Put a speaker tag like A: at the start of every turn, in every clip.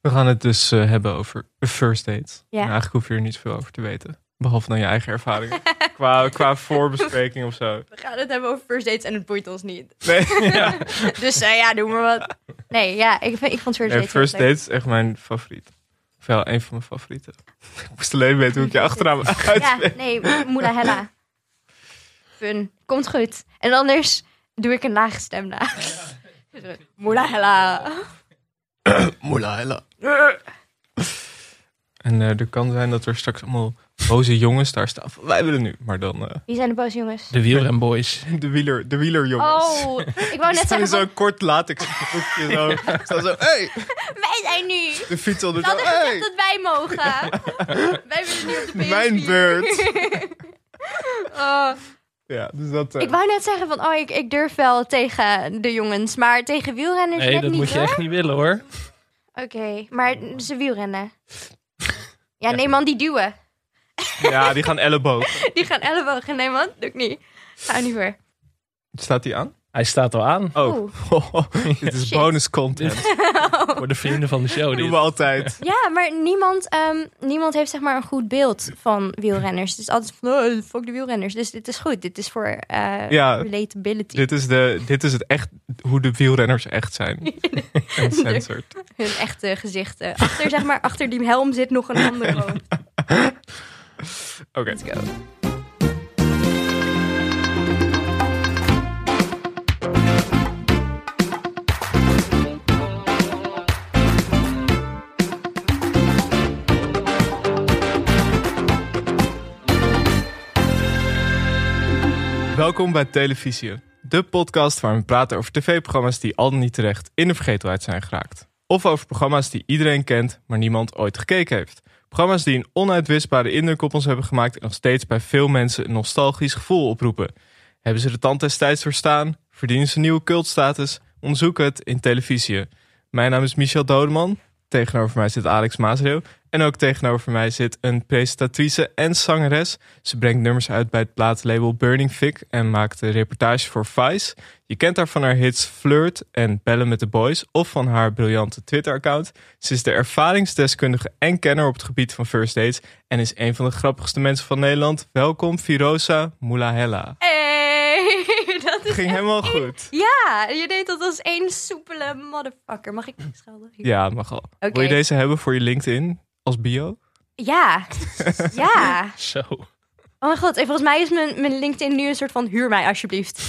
A: We gaan het dus eh, hebben over een first date. En
B: Ja.
A: eigenlijk hoef je er niet zoveel over te weten. Behalve dan je eigen ervaringen. qua, qua voorbespreking of zo.
B: We gaan het hebben over first dates en het boeit ons niet.
A: Nee, ja.
B: dus eh, ja, doe maar wat. Nee, ja, ik, vind- ik vond first
A: Nee,
B: dates
A: first
B: heel leuk.
A: date is echt mijn favoriet. Of wel, een van mijn favorieten. Ik moest alleen weten hoe ik je achternaam uitspreek.
B: Ja, nee, moeder Hella. Fun. Komt goed. En anders doe ik een lage stem na. Moeder Hella.
A: Moela, hella. En eh, er kan zijn dat er straks allemaal boze jongens daar staan. van, Wij willen nu. Maar dan eh,
B: Wie zijn de boze jongens?
C: De wielrenboys.
A: de, wieler, de wielerjongens.
B: Oh, ik wou
A: staan
B: net zeggen,
A: in
B: van,
A: zo'n kort latex broekje zo. Staan zo, hey,
B: wij zijn nu.
A: de fiets onder
B: Ze
A: zo,
B: hadden gezegd
A: hey,
B: dat wij mogen. wij willen nu op de PS4.
A: mijn beurt.
B: Oh,
A: Ja, dus dat... eh,
B: ik wou net zeggen van, oh, ik, ik durf wel tegen de jongens, maar tegen wielrenners
C: Nee,
B: net
C: dat
B: niet
C: moet je
B: hoor.
C: echt niet willen hoor.
B: Oké, maar ze wielrennen. Ja, nee man, die duwen.
A: Ja, die gaan elleboog.
B: Die gaan ellebogen. Nee man, doe ik niet. Ga er niet voor.
A: Staat die aan?
C: Hij staat al aan.
A: Oh, dit is
B: Shit.
A: bonus content.
C: Voor de vrienden van de show.
A: Doen
C: Dit.
A: we altijd.
B: Ja, maar niemand, ehm, niemand heeft zeg maar een goed beeld van wielrenners. Het is altijd van, oh, fuck de wielrenners. Dus dit is goed. Dit is voor eh,
A: Ja.
B: relatability.
A: Dit is, de, dit is het echt, hoe de wielrenners echt zijn. Uncensored.
B: Hun echte gezichten. Achter, zeg maar, achter die helm zit nog een ander hoofd.
A: Oké.
B: Let's go.
A: Welkom bij Televisie, de podcast waar we praten over tv-programma's die al dan niet terecht in de vergetelheid zijn geraakt. Of over programma's die iedereen kent, maar niemand ooit gekeken heeft. Programma's die een onuitwisbare indruk op ons hebben gemaakt en nog steeds bij veel mensen een nostalgisch gevoel oproepen. Hebben ze de tand des tijds doorstaan? Verdienen ze nieuwe cultstatus? Onderzoek het in Televisie. Mijn naam is Michel Dodeman. Tegenover mij zit Alex Maasreel. En ook tegenover mij zit een presentatrice en zangeres. Ze brengt nummers uit bij het plaatlabel Burning Fig en maakt een reportage voor Vice. Je kent haar van haar hits Flirt en Bellen met de Boys of van haar briljante Twitter-account. Ze is de ervaringsdeskundige en kenner op het gebied van first dates en is een van de grappigste mensen van Nederland. Welkom Firosa Moulahella.
B: Hey, dat is
A: Ging
B: echt-
A: helemaal goed.
B: Ja, je deed dat als één soepele motherfucker. Mag ik schelden?
A: Ja, mag al.
B: Oké.
A: Wil je deze hebben voor je LinkedIn als bio?
B: Ja. ja.
C: Zo.
B: Oh mijn god, en volgens mij is mijn, mijn LinkedIn nu een soort van huur mij alsjeblieft.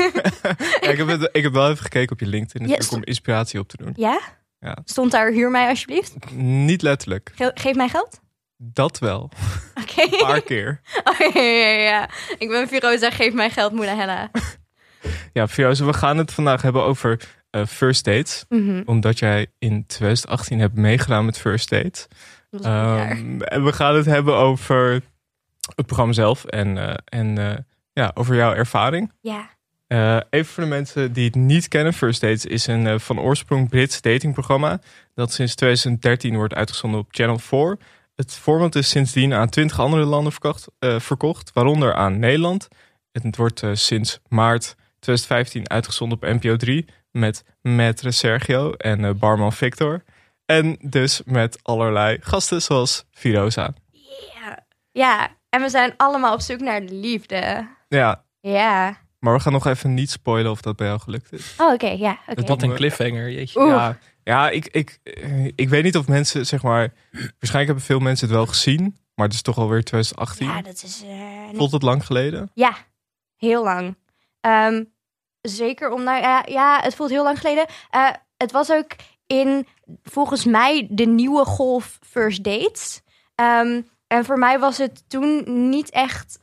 A: Ja, ik, heb het, ik heb wel even gekeken op je LinkedIn
B: Ja,
A: natuurlijk om inspiratie op te doen.
B: Ja?
A: Ja.
B: Stond daar huur mij alsjeblieft?
A: Niet letterlijk.
B: Ge- geef mij geld?
A: Dat wel.
B: Oké.
A: Een paar keer.
B: Oh, ja, ja, ja, ja. Ik ben Firoza, geef mij geld, moeder Hella.
A: Ja, Firoze, we gaan het vandaag hebben over eh, first dates.
B: Mhm.
A: Omdat jij in 2018 hebt meegedaan met first dates.
B: Dat was een goed jaar.
A: Ehm, en we gaan het hebben over het programma zelf en, eh, en eh, ja, over jouw ervaring.
B: Ja.
A: Eh, even voor de mensen die het niet kennen, First Dates is een eh, van oorsprong Brits datingprogramma dat sinds 2013 wordt uitgezonden op Channel 4. Het format is sindsdien aan 20 andere landen verkocht, eh, verkocht waaronder aan Nederland. Het wordt eh, sinds maart 2015 uitgezonden op NPO 3 met Maître Sergio en eh, barman Victor. En dus met allerlei gasten zoals Firoza.
B: Ja. Ja, en we zijn allemaal op zoek naar de liefde.
A: Ja,
B: Ja.
A: maar we gaan nog even niet spoilen of dat bij jou gelukt is.
B: Oh, oké, ja. oké.
C: Wat een cliffhanger, jeetje.
B: Oeh.
A: Ja, ja ik, ik, eh, ik weet niet of mensen, zeg maar... Waarschijnlijk hebben veel mensen het wel gezien. Maar het is toch alweer 2018.
B: Ja, dat is... eh,
A: Voelt het lang geleden?
B: Ja, heel lang. Ehm, zeker om naar. ja, ja, het voelt heel lang geleden. Eh, het was ook in, volgens mij, de nieuwe golf First Dates. Ehm, en voor mij was het toen niet echt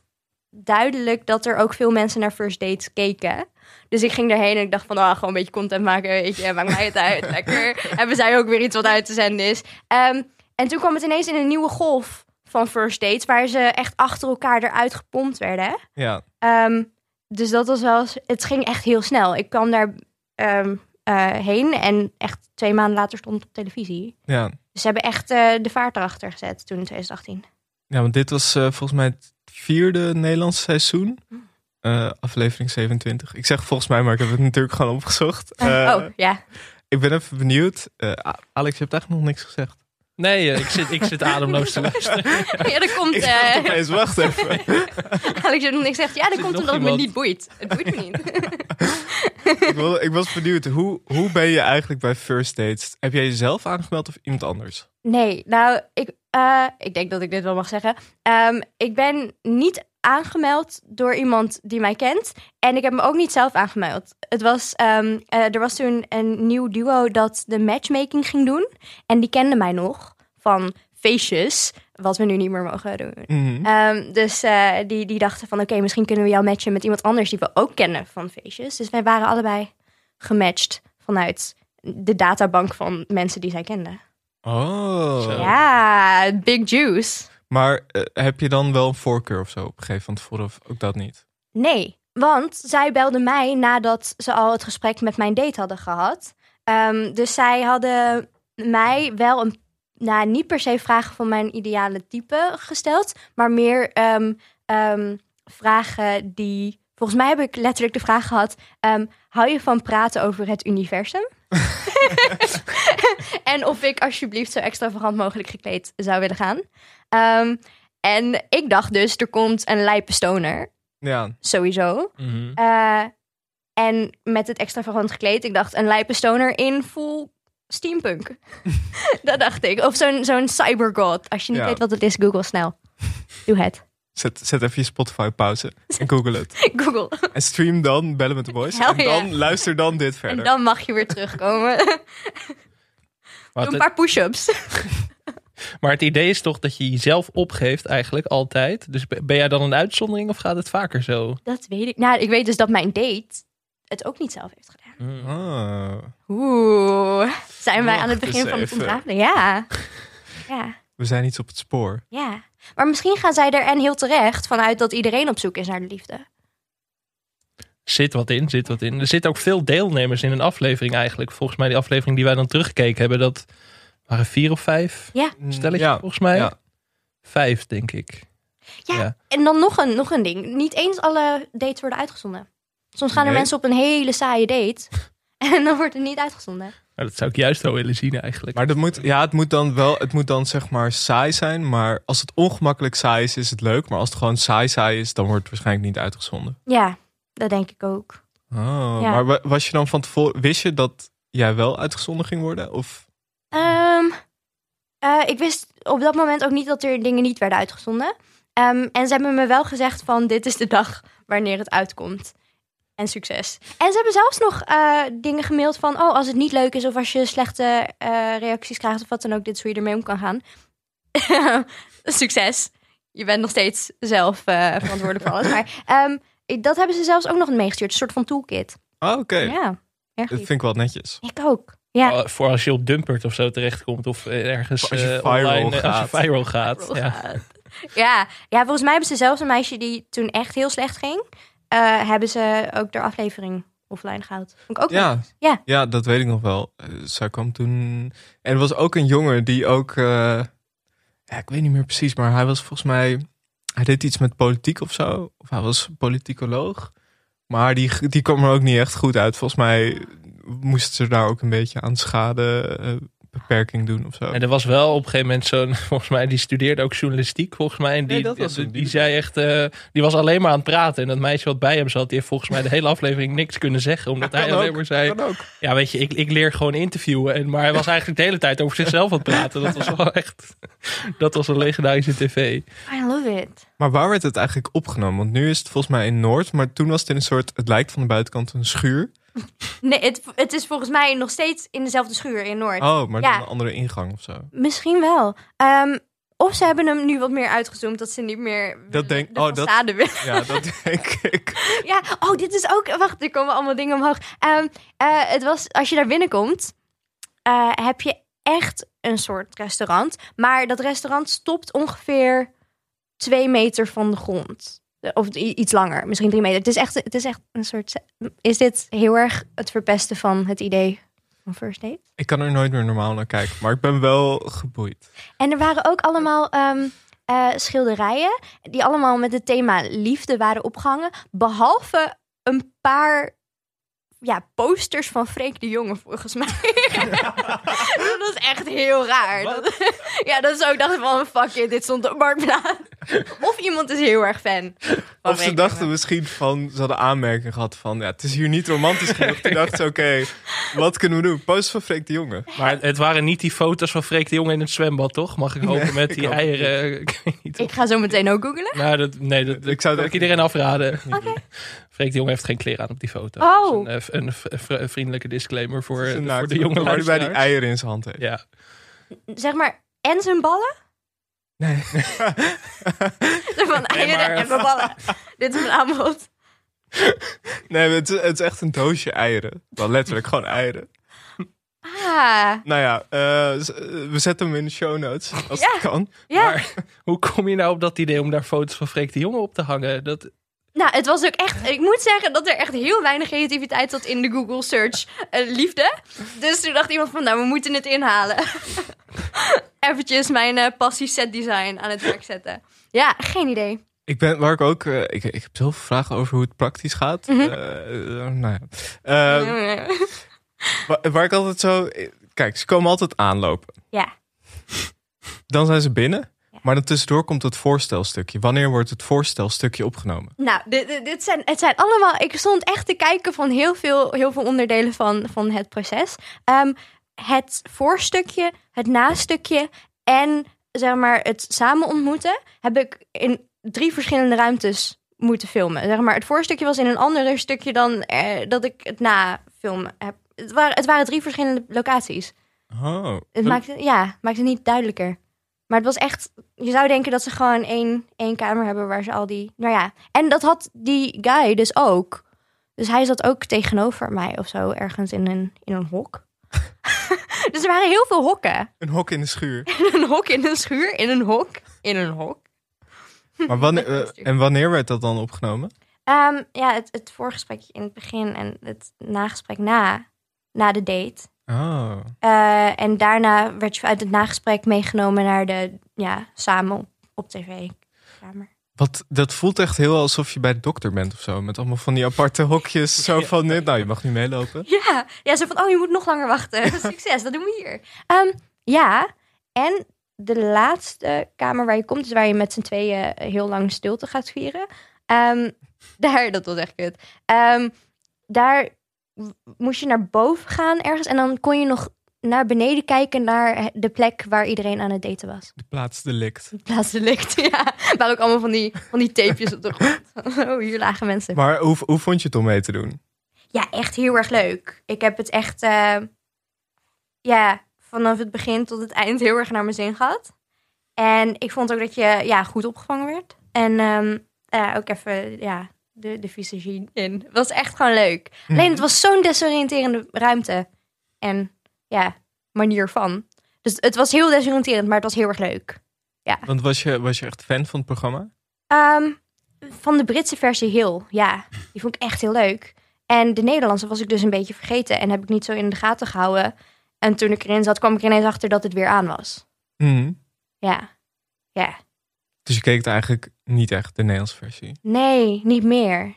B: duidelijk dat er ook veel mensen naar First Dates keken. Dus ik ging daarheen en ik dacht van, ah, gewoon een beetje content maken, weet je, maakt mij het uit, lekker. En we zijn ook weer iets wat uit te zenden is. Ehm, en toen kwam het ineens in een nieuwe golf van First Dates, waar ze echt achter elkaar eruit gepompt werden.
A: Ja.
B: Ehm, dus dat was wel. eens- Het ging echt heel snel. Ik kwam daar ehm, eh, heen en echt twee maanden later stond het op televisie.
A: Ja,
B: Dus ze hebben echt eh, de vaart erachter gezet toen in 2018.
A: ja want dit was eh, volgens mij het vierde Nederlandse seizoen.
B: Hm.
A: Eh, aflevering 27. Ik zeg volgens mij, maar ik heb het natuurlijk gewoon opgezocht. Eh,
B: oh ja.
A: Ik ben even benieuwd. Eh, A- Alex, je hebt eigenlijk nog niks gezegd.
C: Nee, eh, ik zit, ik zit ademloos te luisteren.
B: Ja, dat komt.
A: Ik dacht
B: eh
A: opeens, wacht even.
B: Alex heeft nog niks gezegd. Ja, dat
C: Zit
B: komt
C: nog
B: omdat het me
C: iemand?
B: niet boeit. Het boeit me niet.
A: ik, wil- ik was benieuwd, hoe, hoe ben je eigenlijk bij first dates? Heb jij jezelf aangemeld of iemand anders?
B: Nee, nou, ik, eh, ik denk dat ik dit wel mag zeggen. Ehm, ik ben niet aangemeld door iemand die mij kent. En ik heb me ook niet zelf aangemeld. Het was, ehm, eh, er was toen een nieuw duo dat de matchmaking ging doen. En die kende mij nog van feestjes, wat we nu niet meer mogen doen.
A: Mhm.
B: Ehm, dus eh, die, die dachten van, oké, misschien kunnen we jou matchen met iemand anders die we ook kennen van feestjes. Dus wij waren allebei gematcht vanuit de databank van mensen die zij kenden.
A: Oh.
C: Zo.
B: Ja, big juice.
A: Maar eh, heb je dan wel een voorkeur of zo op een gegeven moment voor of ook dat niet?
B: Nee, want zij belde mij nadat ze al het gesprek met mijn date hadden gehad. Ehm, dus zij hadden mij wel een, nou niet per se vragen van mijn ideale type gesteld, maar meer ehm, ehm, vragen die. Volgens mij heb ik letterlijk de vraag gehad: ehm, hou je van praten over het universum? en of ik alsjeblieft zo extravagant mogelijk gekleed zou willen gaan. Ehm, en ik dacht dus, er komt een lijpe stoner
A: Ja.
B: sowieso.
C: Mhm.
B: Eh, en met het extravagant gekleed, ik dacht een lijpenstoner in full steampunk. dat dacht ik. Of zo'n zo'n cybergod. Als je niet
A: Ja.
B: weet wat het is, google snel. Doe het.
A: Zet, zet even je Spotify pauze en google het.
B: Google.
A: En stream dan Bellen met de Boys.
B: Hell
A: en dan
B: yeah.
A: luister dan dit
B: En
A: verder.
B: dan mag je weer terugkomen. Doe
C: Maar,
B: een
C: het,
B: paar push-ups.
C: maar het idee is toch dat je jezelf opgeeft eigenlijk altijd. Dus ben ben jij dan een uitzondering of gaat het vaker zo?
B: Dat weet ik. Nou, ik weet dus dat mijn date het ook niet zelf heeft gedaan.
A: Ah.
B: Oeh. Zijn wij aan het
A: Wacht
B: begin
A: eens
B: van het
A: even.
B: ontrafelen? Ja. Ja.
A: We zijn iets op het spoor.
B: Ja. Maar misschien gaan zij er en heel terecht vanuit dat iedereen op zoek is naar de liefde.
C: Zit wat in, zit wat in. Er zitten ook veel deelnemers in een aflevering eigenlijk. Volgens mij die aflevering die wij dan teruggekeken hebben, dat waren vier of vijf stelletjes
A: Mm, Ja.
C: volgens mij.
A: Ja.
C: Vijf denk ik.
B: Ja,
C: Ja.
B: en dan nog een, nog een ding. Niet eens alle dates worden uitgezonden. Soms gaan er
A: Nee.
B: mensen op een hele saaie date. En dan wordt het niet uitgezonden.
C: Nou, dat zou ik juist wel willen zien eigenlijk.
A: Maar dat moet, ja, het moet dan wel, het moet dan zeg maar saai zijn. Maar als het ongemakkelijk saai is, is het leuk. Maar als het gewoon saai saai is, dan wordt het waarschijnlijk niet uitgezonden.
B: Ja, dat denk ik ook.
A: Oh,
B: Ja.
A: Maar wa- was je dan van tevoren, wist je dat jij wel uitgezonden ging worden? Of
B: Ehm, eh, ik wist op dat moment ook niet dat er dingen niet werden uitgezonden. Ehm, en ze hebben me wel gezegd van dit is de dag wanneer het uitkomt. En succes. En ze hebben zelfs nog eh, dingen gemaild van... oh, als het niet leuk is of als je slechte eh, reacties krijgt... of wat dan ook, dit is hoe je ermee om kan gaan. succes. Je bent nog steeds zelf eh, verantwoordelijk voor alles. Maar ehm, ik- dat hebben ze zelfs ook nog meegestuurd. Een soort van toolkit.
A: Ah, oké.
B: Ja, erg
A: Dat
B: lief.
A: vind ik wel netjes.
B: Ik ook. Ja.
C: Oh, Voor als je op Dumpert of zo terechtkomt of eh, ergens
A: Of als je
C: eh,
A: viral
C: online, eh, als je
A: gaat.
C: viral gaat.
B: Viral
C: Ja.
B: gaat. Ja. ja, volgens mij hebben ze zelfs een meisje die toen echt heel slecht ging, eh, hebben ze ook de aflevering offline gehaald. Vond ik ook wel-
A: Ja.
B: Ja.
A: ja, dat weet ik nog wel. Eh, zij kwam toen. En er was ook een jongen die ook. eh, ja, ik weet niet meer precies, maar hij was volgens mij. Hij deed iets met politiek of zo. Of hij was politicoloog. Maar die, die kwam er ook niet echt goed uit. Volgens mij moesten ze daar ook een beetje aan schadebeperking doen of zo.
C: En er was wel op een gegeven moment zo'n, volgens mij, die studeerde ook journalistiek, volgens mij. En die,
A: Nee, dat was
C: die,
A: hem,
C: die
A: die-
C: zei echt, eh, die was alleen maar aan het praten. En dat meisje wat bij hem zat, die heeft volgens mij de hele aflevering niks kunnen zeggen. Omdat
A: Ja, kan
C: hij alleen
A: ook,
C: maar zei,
A: Kan ook.
C: ja weet je, ik, ik leer gewoon interviewen. En, maar hij was eigenlijk de hele tijd over zichzelf aan het praten. Dat was wel echt, dat was een legendarische tv.
B: I love it.
A: Maar waar werd het eigenlijk opgenomen? Want nu is het volgens mij in Noord, maar toen was het in een soort. Het lijkt van de buitenkant een schuur.
B: Nee, het, het is volgens mij nog steeds in dezelfde schuur in Noord.
A: Oh, maar
B: Ja.
A: dan een andere ingang of zo.
B: Misschien wel. Ehm, of ze hebben hem nu wat meer uitgezoomd dat ze niet meer
A: Dat denk-
B: de
A: oh, dat-
B: façade willen.
A: Ja, dat denk ik.
B: Ja, oh, dit is ook. Wacht, er komen allemaal dingen omhoog. Ehm, eh, het was, als je daar binnenkomt, eh, heb je echt een soort restaurant. Maar dat restaurant stopt ongeveer twee meter van de grond. Of i- iets langer, misschien drie meter. Het is echt, het is echt een soort. Is dit heel erg het verpesten van het idee van first date?
A: Ik kan er nooit meer normaal naar kijken, maar ik ben wel geboeid.
B: En er waren ook allemaal ehm, eh, schilderijen die allemaal met het thema liefde waren opgehangen. Behalve een paar ja, posters van Freek de Jonge, volgens mij. dat is echt heel raar. Dat, ja, dat is ook, dacht ik van, fuck it, dit stond op Marktplaats. of iemand is heel erg fan. Oh, van
A: Of
B: Freek
A: ze
B: de
A: dachten
B: Jonge.
A: misschien van, ze hadden aanmerking gehad van, ja, het is hier niet romantisch genoeg. Toen dachten ze, oké, wat kunnen we doen? Post van Freek de Jonge.
C: Maar het- het waren niet die foto's van Freek de Jonge in het zwembad, toch? Mag ik hopen met die
A: hoop het
C: eieren? eh, Ik weet niet.
B: Ik ga zo meteen ook googelen.
C: Nou, dat, nee, dat,
A: Ik zou
C: ik
A: het
C: zou dat
A: echt
C: ik iedereen afraden.
B: Oké.
C: Freek de Jonge heeft geen kleren aan op die foto.
B: Oh.
C: Dat is een, eh, een v- een vri- een vriendelijke disclaimer voor,
A: Ze
C: eh, voor
A: naakt-
C: de jonge
A: waar hij bij die
C: luisteraars.
A: eieren in zijn hand heeft.
C: Ja.
B: Zeg maar, en zijn ballen?
A: Nee.
B: Zo Van eieren
C: maar-
B: en mijn ballen. Dit is een aanbod.
A: nee, het is, het is echt een doosje eieren. Wel letterlijk gewoon eieren.
B: Ah,
A: Nou ja, eh, z- eh, we zetten hem in de show notes, als
B: Ja.
A: het kan.
B: ja.
C: Maar hoe kom je nou op dat idee om daar foto's van Freek de Jonge op te hangen? Dat,
B: Nou, het was ook echt. Ik moet zeggen dat er echt heel weinig creativiteit zat in de Google search eh, liefde. Dus toen dacht iemand van, nou, we moeten het inhalen. Eventjes mijn eh, passie set design aan het werk zetten. Ja, geen idee.
A: Ik ben, waar ik ook, eh, ik, ik heb zoveel vragen over hoe het praktisch gaat.
B: Mhm.
A: Eh, eh, nou ja. Eh, Wa- Waar, ik altijd zo. eh, Kijk, ze komen altijd aanlopen.
B: Ja.
A: Dan zijn ze binnen.
B: Ja.
A: Maar dan tussendoor komt het voorstelstukje. Wanneer wordt het voorstelstukje opgenomen?
B: nou, dit, dit- dit zijn, het zijn allemaal. Ik stond echt te kijken van heel veel, heel veel onderdelen van, van het proces. Ehm, het voorstukje, het nastukje en zeg maar het samen ontmoeten heb ik in drie verschillende ruimtes moeten filmen. Zeg maar, het voorstukje was in een ander stukje dan eh, dat ik het na film heb. Het waren, het waren drie verschillende locaties.
A: Oh.
B: Het maakte, ja, maakte het niet duidelijker. Maar het was echt... Je zou denken dat ze gewoon één, één kamer hebben waar ze al die... Nou ja, en dat had die guy dus ook. Dus hij zat ook tegenover mij of zo, ergens in een, in een hok. dus er waren heel veel hokken.
A: Een hok in de schuur.
B: In een hok, in een schuur, in een hok, in een hok.
A: Maar wanneer,
B: Met
A: eh, en wanneer werd dat dan opgenomen?
B: Ehm, ja, het, het voorgesprekje in het begin en het nagesprek na, na de date.
A: Oh.
B: Eh, en daarna werd je uit het nagesprek meegenomen naar de, ja, samen op, op tv. Kamer.
A: Wat, dat voelt echt heel alsof je bij de dokter bent of zo. Met allemaal van die aparte hokjes. Zo van, nee, nou, je mag nu meelopen.
B: Ja, ja, zo van, oh, je moet nog langer wachten. Succes, dat doen we hier. Ehm, ja, en de laatste kamer waar je komt, is waar je met z'n tweeën heel lang stilte gaat vieren. Ehm, daar, dat was echt kut. Ehm, daar w- moest je naar boven gaan ergens en dan kon je nog naar beneden kijken naar de plek waar iedereen aan het daten was.
A: De plaats delict.
B: Plaatselijk, ja. Waar ook allemaal van die, van die tapejes op de grond. Oh, hier lagen mensen.
A: Maar hoe, hoe vond je het om mee te doen?
B: Ja, echt heel erg leuk. Ik heb het echt, eh, ja, vanaf het begin tot het eind heel erg naar mijn zin gehad. En ik vond ook dat je, ja, goed opgevangen werd. En ehm, eh, ook even, ja, de, de visagie in. Het was echt gewoon leuk. Alleen het was zo'n desoriënterende ruimte. En ja, manier van. Dus het was heel desoriënterend, maar het was heel erg leuk.
A: Want was je, was je echt fan van het programma?
B: Ehm, van de Britse versie heel, ja. Die vond ik echt heel leuk. En de Nederlandse was ik dus een beetje vergeten en heb ik niet zo in de gaten gehouden. En toen ik erin zat, kwam ik er ineens achter dat het weer aan was.
A: Mhm.
B: Ja. Ja.
A: Dus je keek het eigenlijk niet echt, de Nederlandse versie.
B: Nee, niet meer.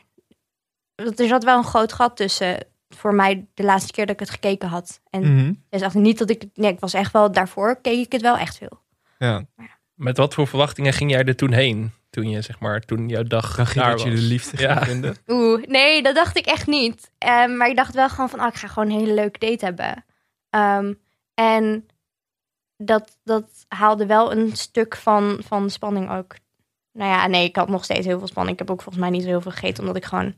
B: Want er zat wel een groot gat tussen voor mij de laatste keer dat ik het gekeken had. En
A: Mhm.
B: dus echt niet dat ik... het- Nee, ik was echt wel... Daarvoor keek ik het wel echt veel.
A: Ja.
C: met wat voor verwachtingen ging jij er toen heen? Toen je, zeg maar, toen jouw dag
A: Dan ging
C: daar
A: dat je
C: was?
A: de liefde
C: Ja.
A: ging vinden.
B: Oeh, nee, dat dacht ik echt niet. Ehm, maar ik dacht wel gewoon van, ah, ik ga gewoon een hele leuke date hebben. Ehm, en dat, dat haalde wel een stuk van, van spanning ook. Nou ja, nee, ik had nog steeds heel veel spanning. Ik heb ook volgens mij niet zo heel veel gegeten, omdat ik gewoon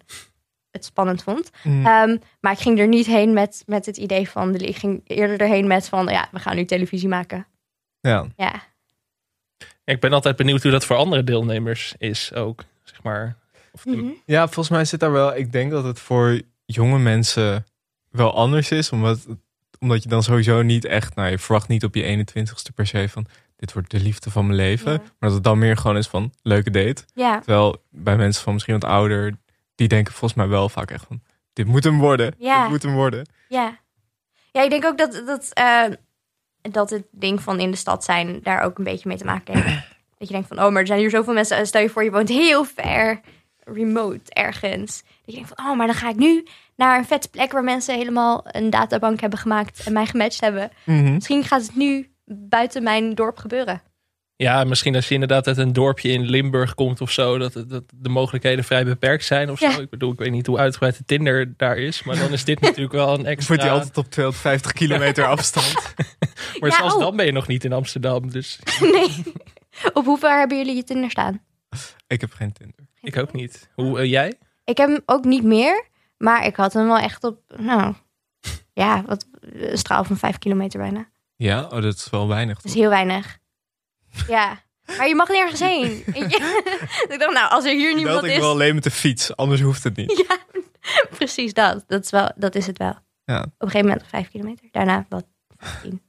B: het spannend vond.
A: Mm.
B: Ehm, maar ik ging er niet heen met, met het idee van, de, ik ging eerder erheen met van, ja, we gaan nu televisie maken.
A: ja.
B: Ja.
C: Ik ben altijd benieuwd hoe dat voor andere deelnemers is ook, zeg maar. Of de-
B: Mhm.
A: ja, volgens mij zit daar wel. Ik denk dat het voor jonge mensen wel anders is. Omdat, omdat je dan sowieso niet echt. Nou, je verwacht niet op je 21ste per se van. Dit wordt de liefde van mijn leven.
B: Ja.
A: Maar dat het dan meer gewoon is van leuke date.
B: Ja,
A: Terwijl bij mensen van misschien wat ouder. Die denken volgens mij wel vaak echt van. Dit moet hem worden.
B: Ja.
A: Dit moet hem worden.
B: Ja. Ja, ik denk ook dat, dat, eh, dat het ding van in de stad zijn Eh, daar ook een beetje mee te maken heeft. Dat je denkt van, oh, maar er zijn hier zoveel mensen. Stel je voor, je woont heel ver remote ergens. Dat je denkt van, oh, maar dan ga ik nu naar een vette plek waar mensen helemaal een databank hebben gemaakt en mij gematcht hebben.
A: Mhm.
B: Misschien gaat het nu buiten mijn dorp gebeuren.
C: Ja, misschien als je inderdaad uit een dorpje in Limburg komt of zo, dat, dat de mogelijkheden vrij beperkt zijn of
B: Ja.
C: zo. Ik bedoel, ik weet niet hoe uitgebreid de Tinder daar is, maar dan is dit natuurlijk wel een extra...
A: Wordt die altijd op 250 kilometer afstand?
C: Maar
B: Ja,
C: zelfs
B: oh.
C: dan ben je nog niet in Amsterdam, dus
B: nee. Op hoe ver hebben jullie je Tinder staan?
A: Ik heb geen Tinder.
C: ik ook niet. Hoe, eh, jij?
B: Ik heb hem ook niet meer, maar ik had hem wel echt op, nou, ja, wat, een straal van vijf kilometer bijna.
A: Ja, oh, dat is wel weinig.
B: Dat is heel weinig. Ja. Maar je mag nergens heen. En je- ik dacht, nou, als er hier
A: Dat
B: niemand
A: ik
B: is...
A: wel alleen met de fiets, anders hoeft het niet.
B: Ja, precies dat. Dat is, wel, dat is het wel.
A: Ja.
B: Op een gegeven moment vijf kilometer. Daarna wat? Tien.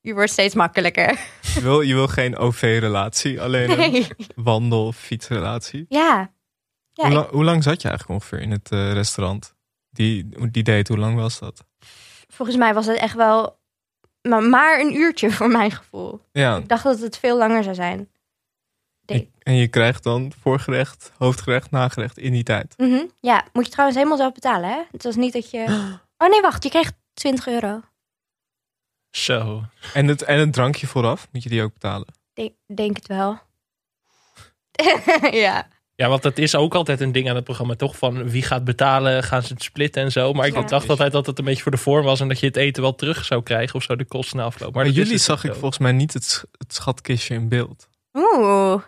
B: Je wordt steeds makkelijker.
A: Je wil, je wil geen OV-relatie, alleen een
B: Nee.
A: wandel- of fietsrelatie.
B: Ja. Ja,
A: hoe,
B: ik-
A: lang, hoe lang zat je eigenlijk ongeveer in het eh, restaurant? Die, die date, hoe lang was dat?
B: volgens mij was het echt wel maar, maar een uurtje voor mijn gevoel.
A: Ja,
B: Ik dacht dat het veel langer zou zijn. Date.
A: en je krijgt dan voorgerecht, hoofdgerecht, nagerecht in die tijd.
B: Mhm. Ja, moet je trouwens helemaal zelf betalen, hè? Het was niet dat je... Oh nee, wacht. Je kreeg 20 euro.
C: Zo.
A: En het, en het drankje vooraf, moet je die ook betalen?
B: Denk, denk het wel. ja.
C: Ja, want dat is ook altijd een ding aan het programma, toch? Van wie gaat betalen, gaan ze het splitten en zo. Maar ik
B: Ja.
C: dacht altijd dat het een beetje voor de vorm was en dat je het eten wel terug zou krijgen of zo, de kosten na afloop. Maar
A: Maar
C: dat is
A: jullie
C: dus
A: zag
C: niet
A: ik
C: zo.
A: volgens mij niet het, sch- het schatkistje in beeld,
B: Oeh.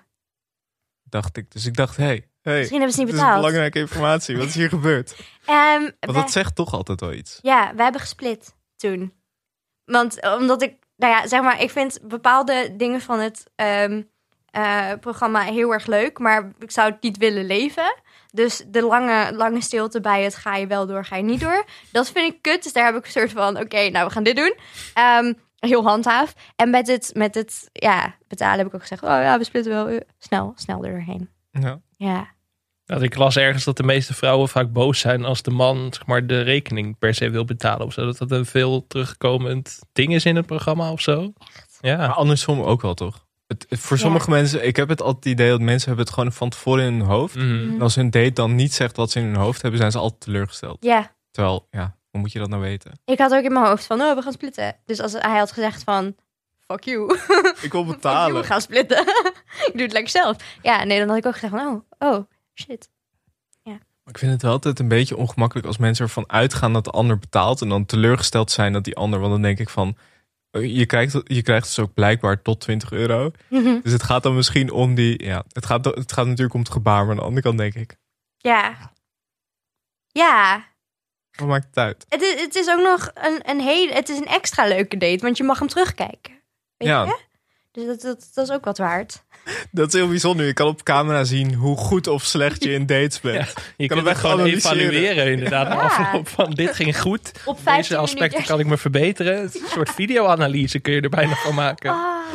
A: dacht ik. Dus ik dacht, hé, hey, hey,
B: Misschien hebben ze
A: dit
B: niet
A: is
B: betaald.
A: belangrijke informatie. Wat is hier gebeurd?
B: Ehm,
A: Want
B: wij-
A: dat zegt toch altijd wel iets.
B: Ja, we hebben gesplit toen. Want eh, omdat ik, nou ja, zeg maar, ik vind bepaalde dingen van het ehm, eh, programma heel erg leuk, maar ik zou het niet willen leven. Dus de lange, lange stilte bij het ga je wel door, ga je niet door. Dat vind ik kut. Dus daar heb ik een soort van, oké, nou we gaan dit doen. Ehm, heel handhaaf. En met het, met het ja, betalen heb ik ook gezegd, oh ja, we splitten wel. eh, Snel, snel er doorheen.
A: Ja.
B: Ja.
C: Dat Nou, ik las ergens dat de meeste vrouwen vaak boos zijn als de man zeg maar, de rekening per se wil betalen of zo. Dat dat een veel terugkomend ding is in het programma of zo.
A: Maar
C: Ja.
A: andersom ook wel, toch? Het, het- voor
B: Ja.
A: sommige mensen, ik heb het altijd het idee dat mensen hebben het gewoon van tevoren in hun hoofd.
C: Mhm.
A: En als hun date dan niet zegt wat ze in hun hoofd hebben, zijn ze altijd teleurgesteld.
B: Ja.
A: Terwijl, ja, hoe moet je dat nou weten?
B: Ik had ook in mijn hoofd van, oh, we gaan splitten. Dus als hij had gezegd van, fuck you.
A: Ik wil
B: Fuck you, we
A: betalen.
B: gaan splitten. ik doe het lekker zelf. Ja, nee, dan had ik ook gezegd van, oh, oh, shit.
A: Ik vind het wel altijd een beetje ongemakkelijk als mensen ervan uitgaan dat de ander betaalt. En dan teleurgesteld zijn dat die ander. Want dan denk ik van, eh, je krijgt, je krijgt dus ook blijkbaar tot 20 euro. Dus het gaat dan misschien om die, ja, het gaat, het gaat natuurlijk om het gebaar. Maar aan de andere kant denk ik,
B: ja. Ja,
A: wat maakt het uit?
B: het is, het is ook nog een, een hele, het is een extra leuke date, want je mag hem terugkijken. Weet
A: Ja.
B: je? Dus dat, dat, dat is ook wat waard.
A: Dat is heel bijzonder. Je kan op camera zien hoe goed of slecht je in dates bent. Kan
C: Je kunt
A: het
C: het
A: echt
C: gewoon
A: analyseren.
C: evalueren inderdaad. na
B: Ja.
C: Afloop van dit ging goed.
B: Op 15
C: Deze aspecten
B: minuten.
C: kan ik me verbeteren. Het is een soort videoanalyse kun je er bijna van maken.
B: Ah,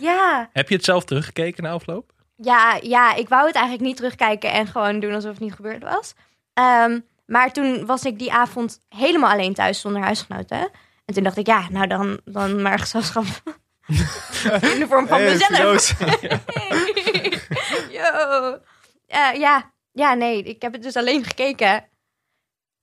B: ja.
C: Heb je het zelf teruggekeken na afloop?
B: Ja, ja, ik wou het eigenlijk niet terugkijken en gewoon doen alsof het niet gebeurd was. Ehm, maar toen was ik die avond helemaal alleen thuis zonder huisgenoten. En toen dacht ik, ja, nou dan, dan maar gezelschap. In de vorm van
A: Hey,
B: mezelf.
A: Fido's.
B: Hey. Yo. Eh, ja. ja, nee, ik heb het dus alleen gekeken.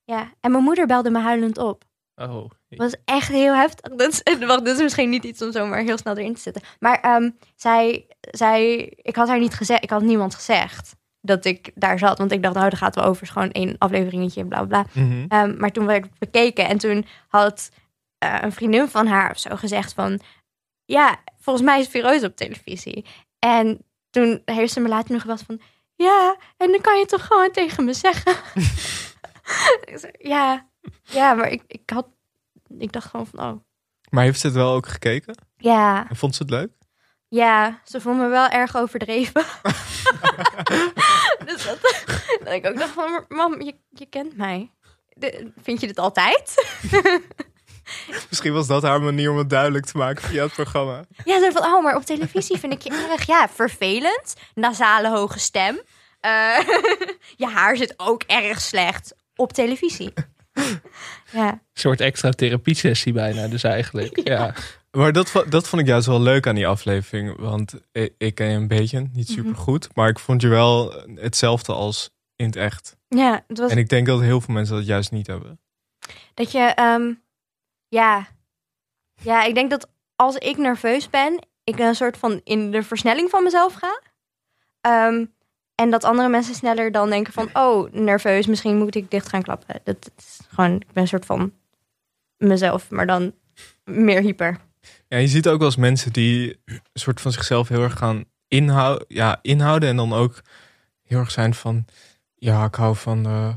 B: Ja, en mijn moeder belde me huilend op.
C: Oh.
B: Het was echt heel heftig. Dat is, wacht, dit is misschien niet iets om zomaar heel snel erin te zetten. Maar ehm, zij, zij, ik had haar niet gezegd, ik had niemand gezegd dat ik daar zat. Want ik dacht, nou, daar gaat wel over. is gewoon één afleveringetje, bla bla. bla.
A: Mhm.
B: Ehm, maar toen werd het bekeken en toen had eh, een vriendin van haar of zo gezegd van... Ja, volgens mij is Firoz op televisie. En toen heeft ze me later nog gebeld van... Ja, en dan kan je toch gewoon tegen me zeggen? Ik zei, ja, ja, maar ik, ik had... Ik dacht gewoon van, oh...
A: Maar heeft ze het wel ook gekeken?
B: Ja,
A: En vond ze het leuk?
B: ja, ze vond me wel erg overdreven. dus dat, dat ik ook dacht van, mam, je, je kent mij. De- vind je dit altijd?
A: Misschien was dat haar manier om het duidelijk te maken via het programma.
B: Ja, zo van, oh, maar op televisie vind ik je erg, ja, vervelend. Nasale hoge stem. Eh, je haar zit ook erg slecht op televisie. ja.
C: Een soort extra therapie sessie bijna dus eigenlijk. Ja.
A: Maar dat, va- dat vond ik juist wel leuk aan die
B: Mhm.
A: aflevering. Want i- ik ken je een beetje, niet super goed. Maar ik vond je wel hetzelfde als in het echt.
B: Ja, het was
A: En ik denk dat heel veel mensen dat juist niet hebben.
B: dat je, ehm, ja. Ja, ik denk dat als ik nerveus ben, ik een soort van in de versnelling van mezelf ga. Ehm, en dat andere mensen sneller dan denken van, oh, nerveus, misschien moet ik dicht gaan klappen. Dat is gewoon, ik ben een soort van mezelf, maar dan meer hyper.
A: Ja, je ziet ook wel eens mensen die een soort van zichzelf heel erg gaan inhou ja, inhouden. En dan ook heel erg zijn van, ja, ik hou van eh,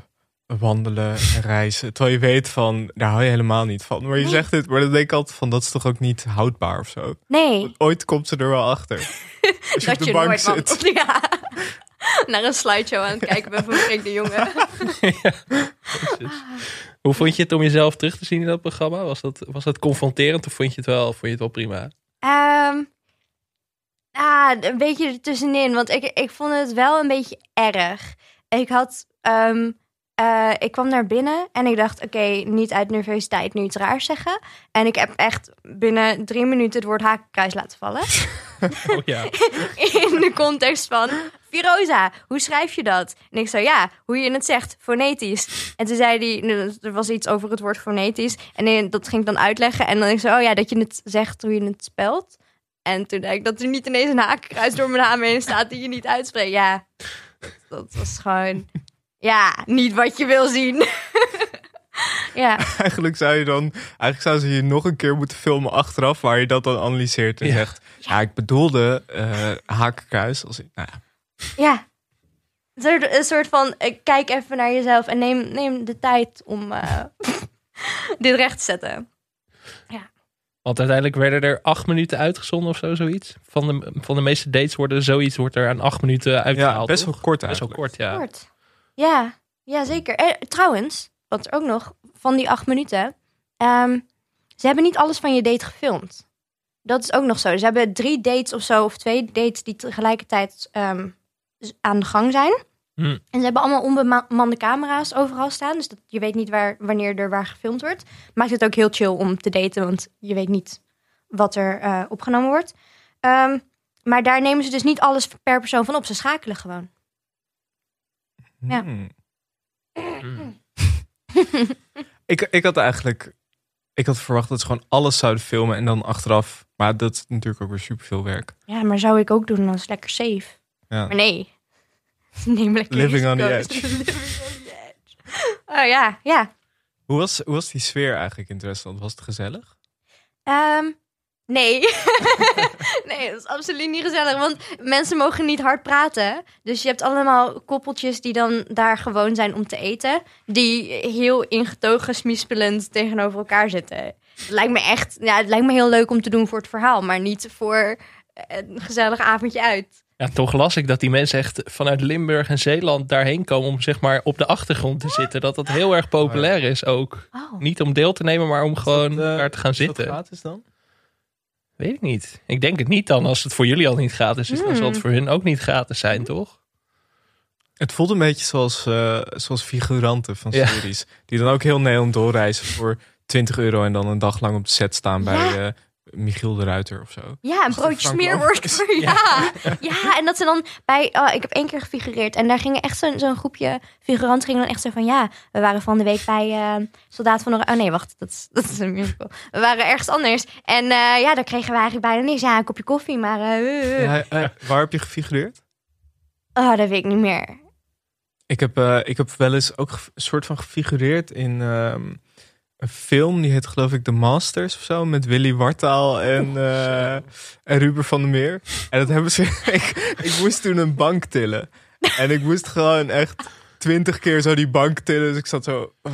A: wandelen en reizen. Terwijl je weet van, daar hou je helemaal niet van. Maar je
B: Nee.
A: zegt dit, maar dan denk ik altijd van, dat is toch ook niet houdbaar of zo.
B: Nee,
A: Want ooit komt ze er wel achter. Als je op
B: dat
A: de
B: je
A: bank
B: nooit
A: zit.
B: wandelt. Ja. Naar een slideshow aan het kijken ben van Freek de jongen.
C: Precies. Hoe vond je het om jezelf terug te zien in dat programma? Was dat, was dat confronterend of vond je het wel, vond je het wel prima?
B: Ehm, ah, een beetje ertussenin. Want ik, ik vond het wel een beetje erg. Ik had. ehm, eh, ik kwam naar binnen en ik dacht: oké, niet uit nervositeit nu iets raars zeggen. En ik heb echt binnen drie minuten het woord hakenkruis laten vallen.
C: Oh ja,
B: in de context van. Firoza, hoe schrijf je dat? En ik zei, ja, hoe je het zegt, fonetisch. En toen zei hij, er was iets over het woord fonetisch. En eh, dat ging ik dan uitleggen. En dan ik zo, oh ja, dat je het zegt hoe je het spelt. En toen dacht ik, dat er niet ineens een hakenkruis door mijn naam heen staat die je niet uitspreekt. Ja, dat was gewoon, ja, niet wat je wil zien. ja,
A: Eigenlijk zou je dan, eigenlijk zou ze je nog een keer moeten filmen achteraf, waar je dat dan analyseert en
C: Ja.
A: zegt. Ja, ik bedoelde eh hakenkruis. Als, ik- nou ja,
B: ja. Een soort- Een soort van, eh, kijk even naar jezelf en neem, neem de tijd om eh, dit recht te zetten.
C: want uiteindelijk werden er acht minuten uitgezonden of zo, zoiets. Van de, van de meeste dates worden zoiets, wordt er aan acht minuten uitgehaald.
A: ja, best wel
C: toch?
A: kort
C: Best wel
A: eigenlijk.
C: kort, ja.
B: Kort. Ja, ja zeker. Eh, trouwens, wat ook nog van die acht minuten. ehm, ze hebben niet alles van je date gefilmd. Dat is ook nog zo. Dus Ze hebben drie dates of zo, of twee dates die tegelijkertijd ehm, z- aan de gang zijn.
C: Hm.
B: En ze hebben allemaal onbemande camera's overal staan. Dus dat, je weet niet waar, wanneer er waar gefilmd wordt. Maakt het ook heel chill om te daten, want je weet niet wat er eh, opgenomen wordt. Ehm, maar daar nemen ze dus niet alles per persoon van op. Ze schakelen gewoon. Ja.
A: Hmm.
C: Mm.
A: Ik, ik had eigenlijk, ik had verwacht dat ze gewoon alles zouden filmen en dan achteraf. Maar dat is natuurlijk ook weer superveel werk.
B: Ja, maar zou ik ook doen, dan is het lekker safe.
A: Ja.
B: Maar nee. Neem lekker
A: Living on the
B: risico's.
A: edge.
B: Living on the edge. Oh ja, ja.
A: Hoe, was, hoe was die sfeer eigenlijk in het restaurant? Was het gezellig?
B: Ehm, nee. nee, dat is absoluut niet gezellig. Want mensen mogen niet hard praten. Dus je hebt allemaal koppeltjes die dan daar gewoon zijn om te eten. Die heel ingetogen, smispelend tegenover elkaar zitten. Het lijkt me echt, ja, het lijkt me heel leuk om te doen voor het verhaal. Maar niet voor eh, een gezellig avondje uit.
C: Ja, toch las ik dat die mensen echt vanuit Limburg en Zeeland daarheen komen om zeg maar op de achtergrond te zitten. Dat dat heel erg populair is ook.
B: Oh.
C: Niet om deel te nemen, maar om gewoon
A: eh,
C: daar te gaan
A: Is dat
C: zitten.
A: gratis dan?
C: Weet ik niet. Ik denk het niet dan. Als het voor jullie al niet gratis is, dan zal het
A: Hmm.
B: Mm.
C: voor hun ook niet gratis zijn, toch?
A: Het voelt een beetje zoals, eh, zoals figuranten van
C: Ja.
A: series. Die dan ook heel Nederland doorreizen voor 20 euro en dan een dag lang op de set staan bij eh Michiel de Ruiter of zo.
B: Ja, een
A: Als het
B: broodje
A: Frank
B: smeerworst voor ja. ja, en dat ze dan bij... Oh, ik heb één keer gefigureerd. En daar gingen echt zo'n zo'n groepje figuranten... gingen dan echt zo van... Ja, we waren van de week bij eh, Soldaat van Oranje... Oh nee, wacht. Dat is, dat is een musical. We waren ergens anders. En eh, ja, daar kregen we eigenlijk bijna niks. Ja, een kopje koffie, maar... eh, eh, eh.
A: Ja, eh, waar heb je gefigureerd?
B: Oh, dat weet ik niet meer.
A: Ik heb, eh, ik heb wel eens ook gef- een soort van gefigureerd in ehm, een film. Die heet geloof ik The Masters of zo. Met Willy Wartaal en, eh, en Ruben van der Meer. En dat hebben ze... ik, ik moest toen een bank tillen. En ik moest gewoon echt twintig keer zo die bank tillen. Dus ik zat zo... oh.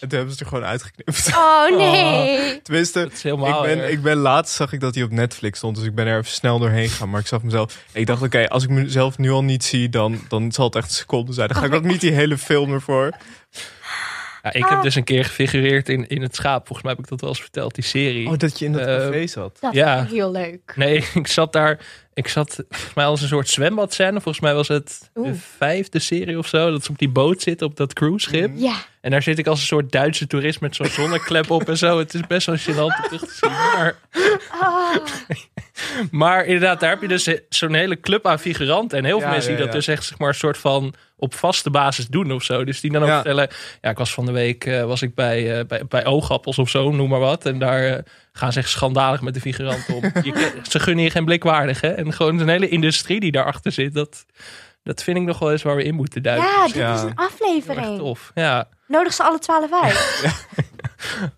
A: en toen hebben ze er gewoon uitgeknipt.
B: Oh, nee.
A: Tenminste,
C: Dat is helemaal eh,
A: ik
C: erg.
A: ben, ik ben laatst zag ik dat hij op Netflix stond, dus ik ben er even snel doorheen gegaan. Maar ik zag mezelf. Ik dacht, oké, als ik mezelf nu al niet zie, dan, dan zal het echt een seconde zijn. Dan ga ik ook niet die hele film ervoor.
C: Ja, ik
A: Ah.
C: heb dus een keer gefigureerd in, in het schaap. Volgens mij heb ik dat wel eens verteld, die serie.
A: Oh, dat Oh, je in dat
C: Eh,
A: café zat.
B: Dat
C: Ja.
B: is heel leuk.
C: Nee, ik zat daar. Ik zat volgens mij als een soort zwembadscène. Volgens mij was het
B: Oeh.
C: de vijfde serie of zo. Dat ze op die boot zitten, op dat cruiseschip.
A: Hmm.
B: Ja.
C: En daar zit ik als een soort Duitse toerist met zo'n zonneklep op en zo. Het is best wel gênant om terug te zien. Maar,
B: Ah.
C: maar inderdaad, daar heb je dus zo'n hele club aan figuranten. En heel veel
A: Ja,
C: mensen
A: ja,
C: die dat
A: ja.
C: dus echt zeg maar, een soort van op vaste basis doen of zo. Dus die dan ook
A: Ja.
C: vertellen... Ja, ik was van de week eh, was ik bij, eh, bij, bij Oogappels of zo, noem maar wat. En daar eh, gaan ze echt schandalig met de figuranten om. Je ken- ze gunnen je geen blikwaardig, hè? En gewoon een hele industrie die daarachter zit. Dat, dat vind ik nog wel eens waar we in moeten duiken.
B: ja, dit
A: Ja.
B: is een
C: Heel erg
B: aflevering.
C: tof, ja.
B: Nodig ze alle twaalf uit.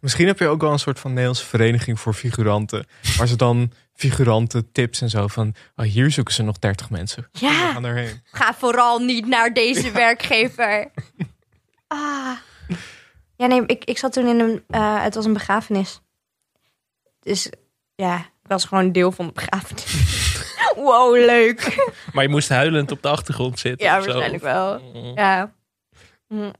A: Misschien heb je ook wel een soort van Nederlandse vereniging voor figuranten. Waar ze dan figuranten, tips en zo van... Oh, hier zoeken ze nog 30 mensen. Ah. We
B: Ja,
A: gaan erheen.
B: ga vooral niet naar deze werkgever. Ah. Ja, nee, ik, ik zat toen in een... eh, het was een begrafenis. Dus ja, ik was gewoon deel van de begrafenis. wow, leuk.
C: Maar je moest huilend op de achtergrond zitten.
B: Ja,
C: of zo.
B: waarschijnlijk wel.
C: Mm.
B: Ja. Hm.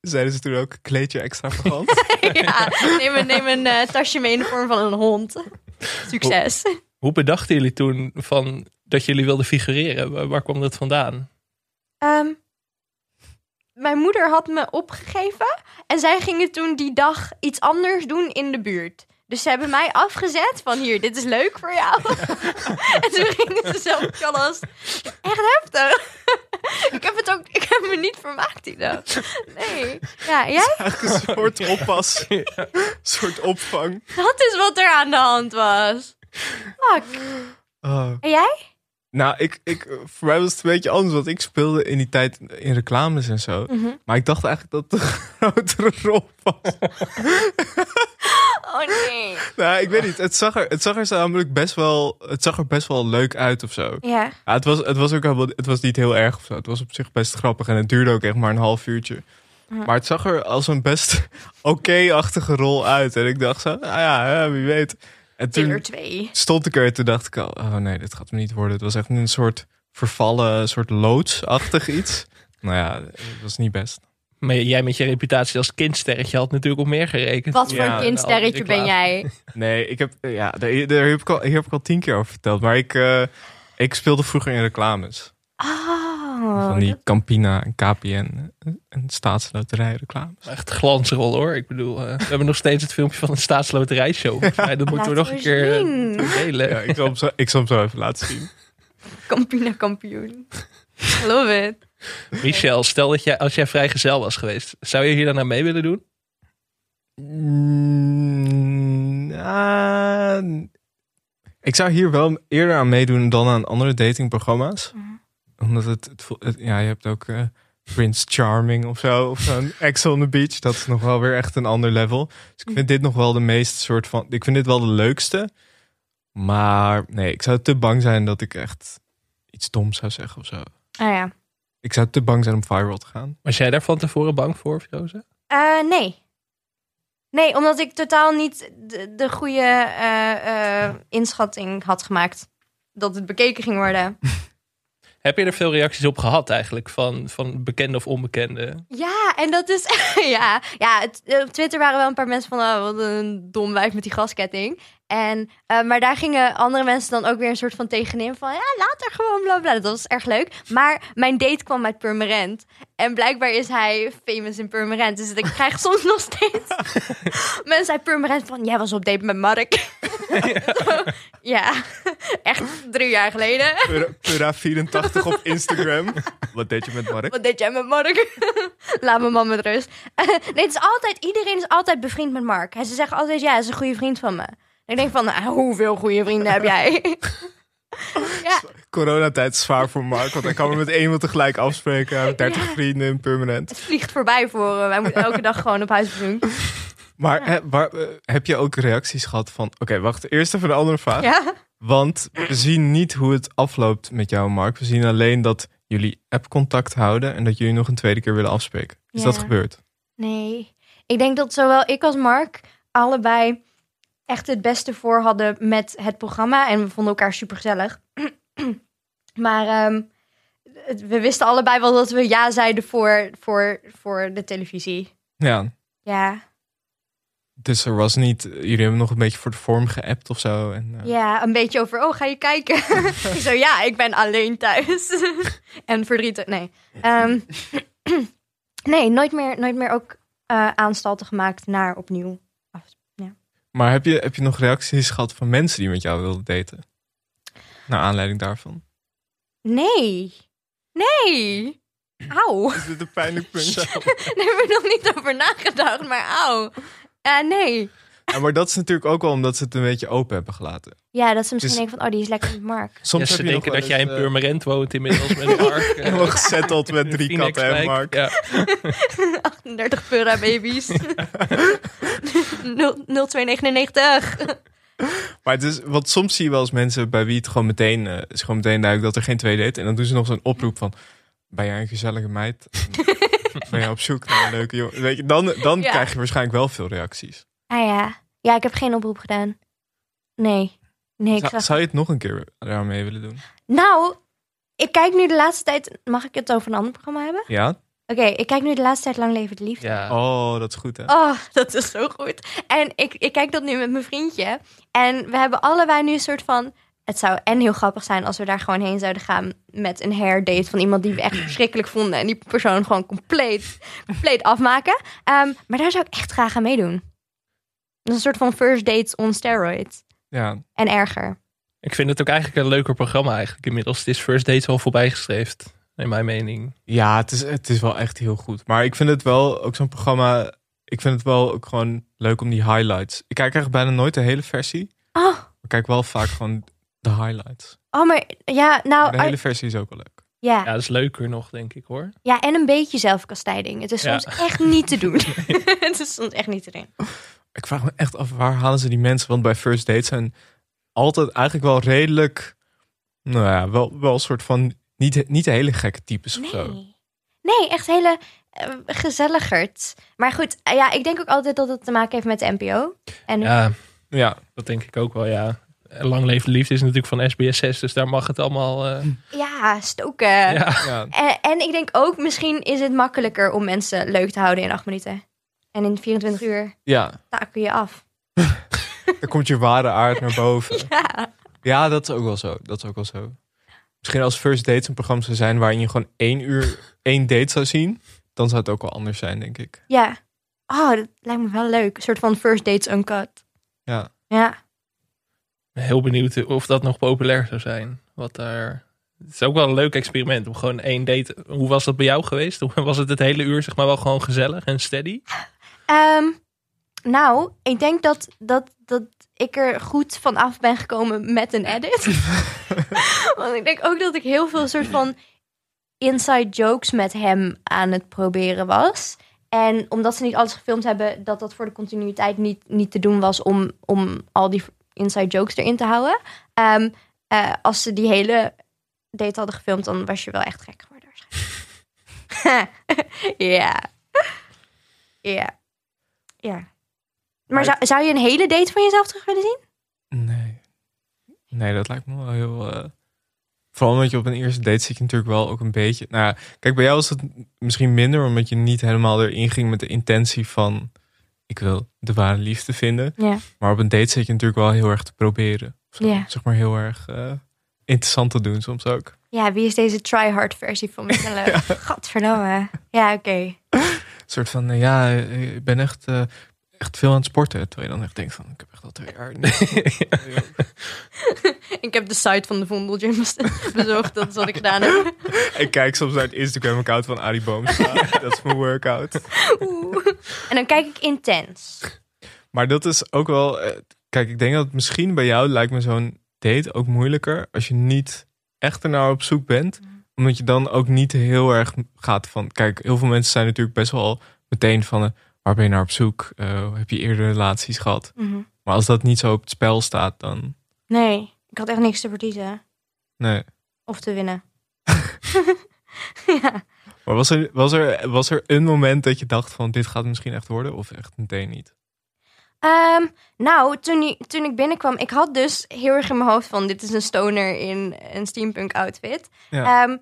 A: Zeiden ze toen ook, kleed je extravagant.
B: ja, neem een, neem een eh, tasje mee in de vorm van een hond. Succes.
C: Hoe bedachten jullie toen van dat jullie wilden figureren? Waar, waar kwam dat vandaan?
B: Ehm, mijn moeder had me opgegeven en zij gingen toen die dag iets anders doen in de buurt. Dus ze hebben mij afgezet van hier, dit is leuk voor jou. en toen gingen ze zelf alles. Echt heftig. ik, heb het ook, ik heb me niet vermaakt die dag. Nee. Ja, jij?
A: Eigenlijk een soort oppas. Een soort opvang.
B: Dat is wat er aan de hand was. Fuck.
A: Ah.
B: En jij?
A: Nou, ik, ik, voor mij was het een beetje anders. Want ik speelde in die tijd in reclames en zo. Maar ik dacht eigenlijk dat het een grotere rol was.
B: Oh nee.
A: Nou, ik weet niet. Het zag er, het zag er namelijk best wel, het zag er best wel leuk uit of zo.
B: Ja.
A: Ja, het, was, het, was ook helemaal, het was niet heel erg of zo. Het was op zich best grappig en het duurde ook echt maar een half uurtje.
B: Ja.
A: Maar het zag er als een best oké-achtige rol uit. En ik dacht zo, ah ja, ja, wie weet. En
B: Deur
A: toen
B: 2.
A: stond ik er en toen dacht ik al, oh nee, dit gaat me niet worden. Het was echt een soort vervallen, soort loodsachtig iets. Nou ja, het was niet best.
C: Maar jij met je reputatie als kindsterretje had natuurlijk op meer gerekend.
B: Wat voor
A: Ja,
B: een kindsterretje ben jij?
A: Nee, ik heb, ja, daar, daar heb ik al, hier heb ik al tien keer over verteld. Maar ik, eh, ik speelde vroeger in reclames.
B: Oh.
A: van die Campina en KPN eh, en staatsloterij reclames.
C: Echt glansrol hoor. Ik bedoel, eh, we hebben nog steeds het filmpje van een staatsloterijshow. volgens mij. Dat moeten we nog
B: Laten
C: een
B: we
C: keer eh,
B: zien.
C: delen.
A: Ja, ik zal hem zo, ik zal hem zo even laten zien.
B: Campina kampioen. Love it.
C: Michel, stel dat jij, als jij vrijgezel was geweest, zou je hier dan aan mee willen doen?
A: Mm, ah, ik zou hier wel eerder aan meedoen dan aan andere datingprogramma's.
B: Mhm.
A: Omdat het, het voelt- het- ja, je hebt ook eh, Prince Charming of zo, of zo'n Ex on the Beach. Dat is nog wel weer echt een ander level. Dus ik vind dit nog wel de meest soort van, ik vind dit wel de leukste. Maar nee, ik zou te bang zijn dat ik echt iets doms zou zeggen of zo.
B: Ah ja.
A: Ik zou te bang zijn om viral te gaan.
C: Was jij daar van tevoren bang voor, Roze?
B: Eh, nee. Nee, omdat ik totaal niet de, de goede eh, eh, inschatting had gemaakt. Dat het bekeken ging worden.
C: Heb je er veel reacties op gehad eigenlijk? Van, van bekende of onbekende?
B: Ja, en dat is. ja, ja het- eh, op Twitter waren wel een paar mensen van. Oh, wat een dom wijf met die gasketting. En, eh, maar daar gingen andere mensen dan ook weer een soort van tegenin. Van ja, later gewoon bla bla. Dat was erg leuk. Maar mijn date kwam uit Purmerend. En blijkbaar is hij famous in Purmerend. Dus ik krijg soms nog steeds mensen uit Purmerend van... Jij was op date met Mark. ja, echt drie jaar geleden.
A: Pura84 op Instagram. Wat deed je met Mark?
B: Wat deed jij met Mark? Laat mijn man met rust. nee, het is altijd, iedereen is altijd bevriend met Mark. En ze zeggen altijd, ja, hij is een goede vriend van me. En ik denk van, nou, hoeveel goede vrienden heb jij? ja,
A: Coronatijd is zwaar voor Mark, want hij kan me met één iemand tegelijk afspreken. Hij heeft 30 vrienden permanent.
B: het vliegt voorbij voor hem. Hij moet elke dag gewoon op huis doen.
A: Maar hè, waar, eh, heb je ook reacties gehad van... Oké, wacht, eerst even een andere vraag.
B: Ja.
A: Want we zien niet hoe het afloopt met jou, en Mark. We zien alleen dat jullie app-contact houden en dat jullie nog een tweede keer willen afspreken. Is
B: Ja.
A: dat gebeurd?
B: Nee, ik denk dat zowel ik als Mark allebei echt het beste voor hadden met het programma. En we vonden elkaar supergezellig. maar ehm, het- we wisten allebei wel dat we ja zeiden voor, voor, voor de televisie.
A: Ja.
B: Ja.
A: Dus er was niet, jullie hebben nog een beetje voor de vorm geappt of zo. En, eh,
B: Ja, een beetje over, oh, ga je kijken? ik zo, ja, ik ben alleen thuis. en verdrietig, nee. Ehm, nee, nooit meer, nooit meer ook eh aanstalten gemaakt naar opnieuw. af-
A: Maar heb je, heb je nog reacties gehad van mensen die met jou wilden daten? Naar aanleiding daarvan.
B: Nee. Nee. Auw.
A: Is dit een pijnlijk
C: Zo.
B: Daar heb ik nog niet over nagedacht, maar auw. Eh, nee.
A: Ja, maar dat is natuurlijk ook wel omdat ze het een beetje open hebben gelaten.
B: Ja, dat ze misschien
A: Dus-
B: denken van, oh, die is lekker met Mark.
A: Soms
C: Ja, ze
A: heb je nog
C: denken
A: wel
C: dat jij in
A: eens, eh,
C: Purmerend woont inmiddels met Mark. eh,
A: Helemaal gezetteld met drie
C: Phoenix
A: katten en
C: Wijk.
A: Mark.
C: Ja.
B: 38 euro baby's. 0299.
A: Maar het is, want soms zie je wel eens mensen bij wie het gewoon meteen, eh, is gewoon meteen duidelijk dat er geen tweede date. En dan doen ze nog zo'n oproep van, ben jij een gezellige meid? En ben jij op zoek naar een leuke jongen? Weet je, dan dan
B: Ja.
A: krijg je waarschijnlijk wel veel reacties.
B: Ah ja. Ja, ik heb geen oproep gedaan. Nee. Nee, ik
A: Zou,
B: zag...
A: zou je het nog een keer daarmee willen doen?
B: Nou, ik kijk nu de laatste tijd... Mag ik het over een ander programma hebben?
A: Ja?
B: Oké, ik kijk nu de laatste tijd Lang Leven de Liefde.
C: Ja.
A: Oh, dat is goed hè?
B: Oh, dat is zo goed. En ik, ik kijk dat nu met mijn vriendje. En we hebben allebei nu een soort van... Het zou en heel grappig zijn als we daar gewoon heen zouden gaan met een hair date van iemand die we echt verschrikkelijk vonden. En die persoon gewoon compleet, compleet afmaken. Ehm, maar daar zou ik echt graag aan meedoen. Dat is een soort van first dates on steroids.
A: Ja.
B: En erger.
C: Ik vind het ook eigenlijk een leuker programma eigenlijk inmiddels. Het is First Dates wel voorbijgestreefd, in mijn mening.
A: Ja, het is, het is wel echt heel goed. Maar ik vind het wel, ook zo'n programma, ik vind het wel ook gewoon leuk om die highlights. Ik kijk eigenlijk bijna nooit de hele versie.
B: Oh,
A: Maar ik kijk wel vaak gewoon de highlights.
B: oh maar ja, nou...
A: Maar de hele versie is ook wel leuk.
B: ja.
C: Ja, dat is leuker nog, denk ik hoor.
B: Ja, en een beetje zelfkastijding. Het is
C: Ja.
B: soms echt niet te doen. het is soms echt niet te doen.
A: Ik vraag me echt af, waar halen ze die mensen? Want bij first dates zijn altijd eigenlijk wel redelijk... Nou ja, wel, wel een soort van... Niet, niet hele gekke types of zo.
B: Nee. Nee, echt hele eh, gezelligerd. Maar goed, eh, ja, ik denk ook altijd dat het te maken heeft met de NPO. En
C: Ja,
A: Ja,
C: dat denk ik ook wel, ja. Lang Leef de Liefde is natuurlijk van SBS6, dus daar mag het allemaal... eh,
B: ja, stoken.
C: ja.
A: ja.
B: En, en ik denk ook, misschien is het makkelijker om mensen leuk te houden in acht minuten. En in 24 uur
A: ja.
B: taken je af.
A: Dan komt je ware aard naar boven.
B: Ja.
A: Ja, dat is ook wel zo. Dat is ook wel zo. Misschien als first dates een programma zou zijn... waarin je gewoon één uur één date zou zien... dan zou het ook wel anders zijn, denk ik.
B: ja. Oh, dat lijkt me wel leuk. Een soort van first dates uncut.
A: Ja.
B: Ja.
C: Heel benieuwd of dat nog populair zou zijn. Wat daar... Het is ook wel een leuk experiment om gewoon één date... Hoe was dat bij jou geweest? Hoe was het het hele uur zeg maar wel gewoon gezellig en steady?
B: Ehm, nou, ik denk dat, dat, dat ik er goed van af ben gekomen met een edit. Want ik denk ook dat ik heel veel soort van inside jokes met hem aan het proberen was. En omdat ze niet alles gefilmd hebben, dat dat voor de continuïteit niet, niet te doen was om, om al die inside jokes erin te houden. Ehm, eh, als ze die hele date hadden gefilmd, dan was je wel echt gek geworden. waarschijnlijk. Ja. Ja. Ja. Maar
A: Maar
B: zou, zou je een hele date van jezelf terug willen zien?
A: Nee. Nee, dat lijkt me wel heel. eh, Vooral omdat je op een eerste date zit je natuurlijk wel ook een beetje. Nou, ja, kijk, bij jou was het misschien minder, omdat je niet helemaal erin ging met de intentie van ik wil de ware liefde vinden.
B: Ja.
A: Maar op een date zit je natuurlijk wel heel erg te proberen. Zo,
B: Ja.
A: Zeg maar heel erg eh, interessant te doen soms ook.
B: Ja, wie is deze try-hard versie van mezelf? Gadverdamme. Ja, oké.
A: Een soort van, eh, ja, eh, ik ben echt, eh, echt veel aan het sporten. Terwijl je dan echt denkt van, ik heb echt al twee jaar.
B: Ik heb de site van de Vondelgym bezorgd. Dat is wat ik gedaan heb.
A: ik kijk soms naar het Instagram-account van Arie Boomstra. dat is mijn workout.
B: Oeh. En dan kijk ik intens.
A: Maar dat is ook wel. eh, Kijk, ik denk dat het misschien bij jou lijkt me zo'n date ook moeilijker als je niet echt ernaar op zoek bent. Omdat je dan ook niet heel erg gaat van. Kijk, heel veel mensen zijn natuurlijk best wel meteen van. eh, waar ben je naar op zoek? Eh, heb je eerder relaties gehad?
B: Mhm.
A: Maar als dat niet zo op het spel staat, dan.
B: Nee, ik had echt niks te verliezen.
A: Nee.
B: Of te winnen.
A: Maar was er, was, er, was er een moment dat je dacht van dit gaat misschien echt worden? Of echt meteen niet?
B: Ehm, nou, toen, i- toen ik binnenkwam, ik had dus heel erg in mijn hoofd van dit is een stoner in een steampunk outfit.
A: Ja.
B: Ehm,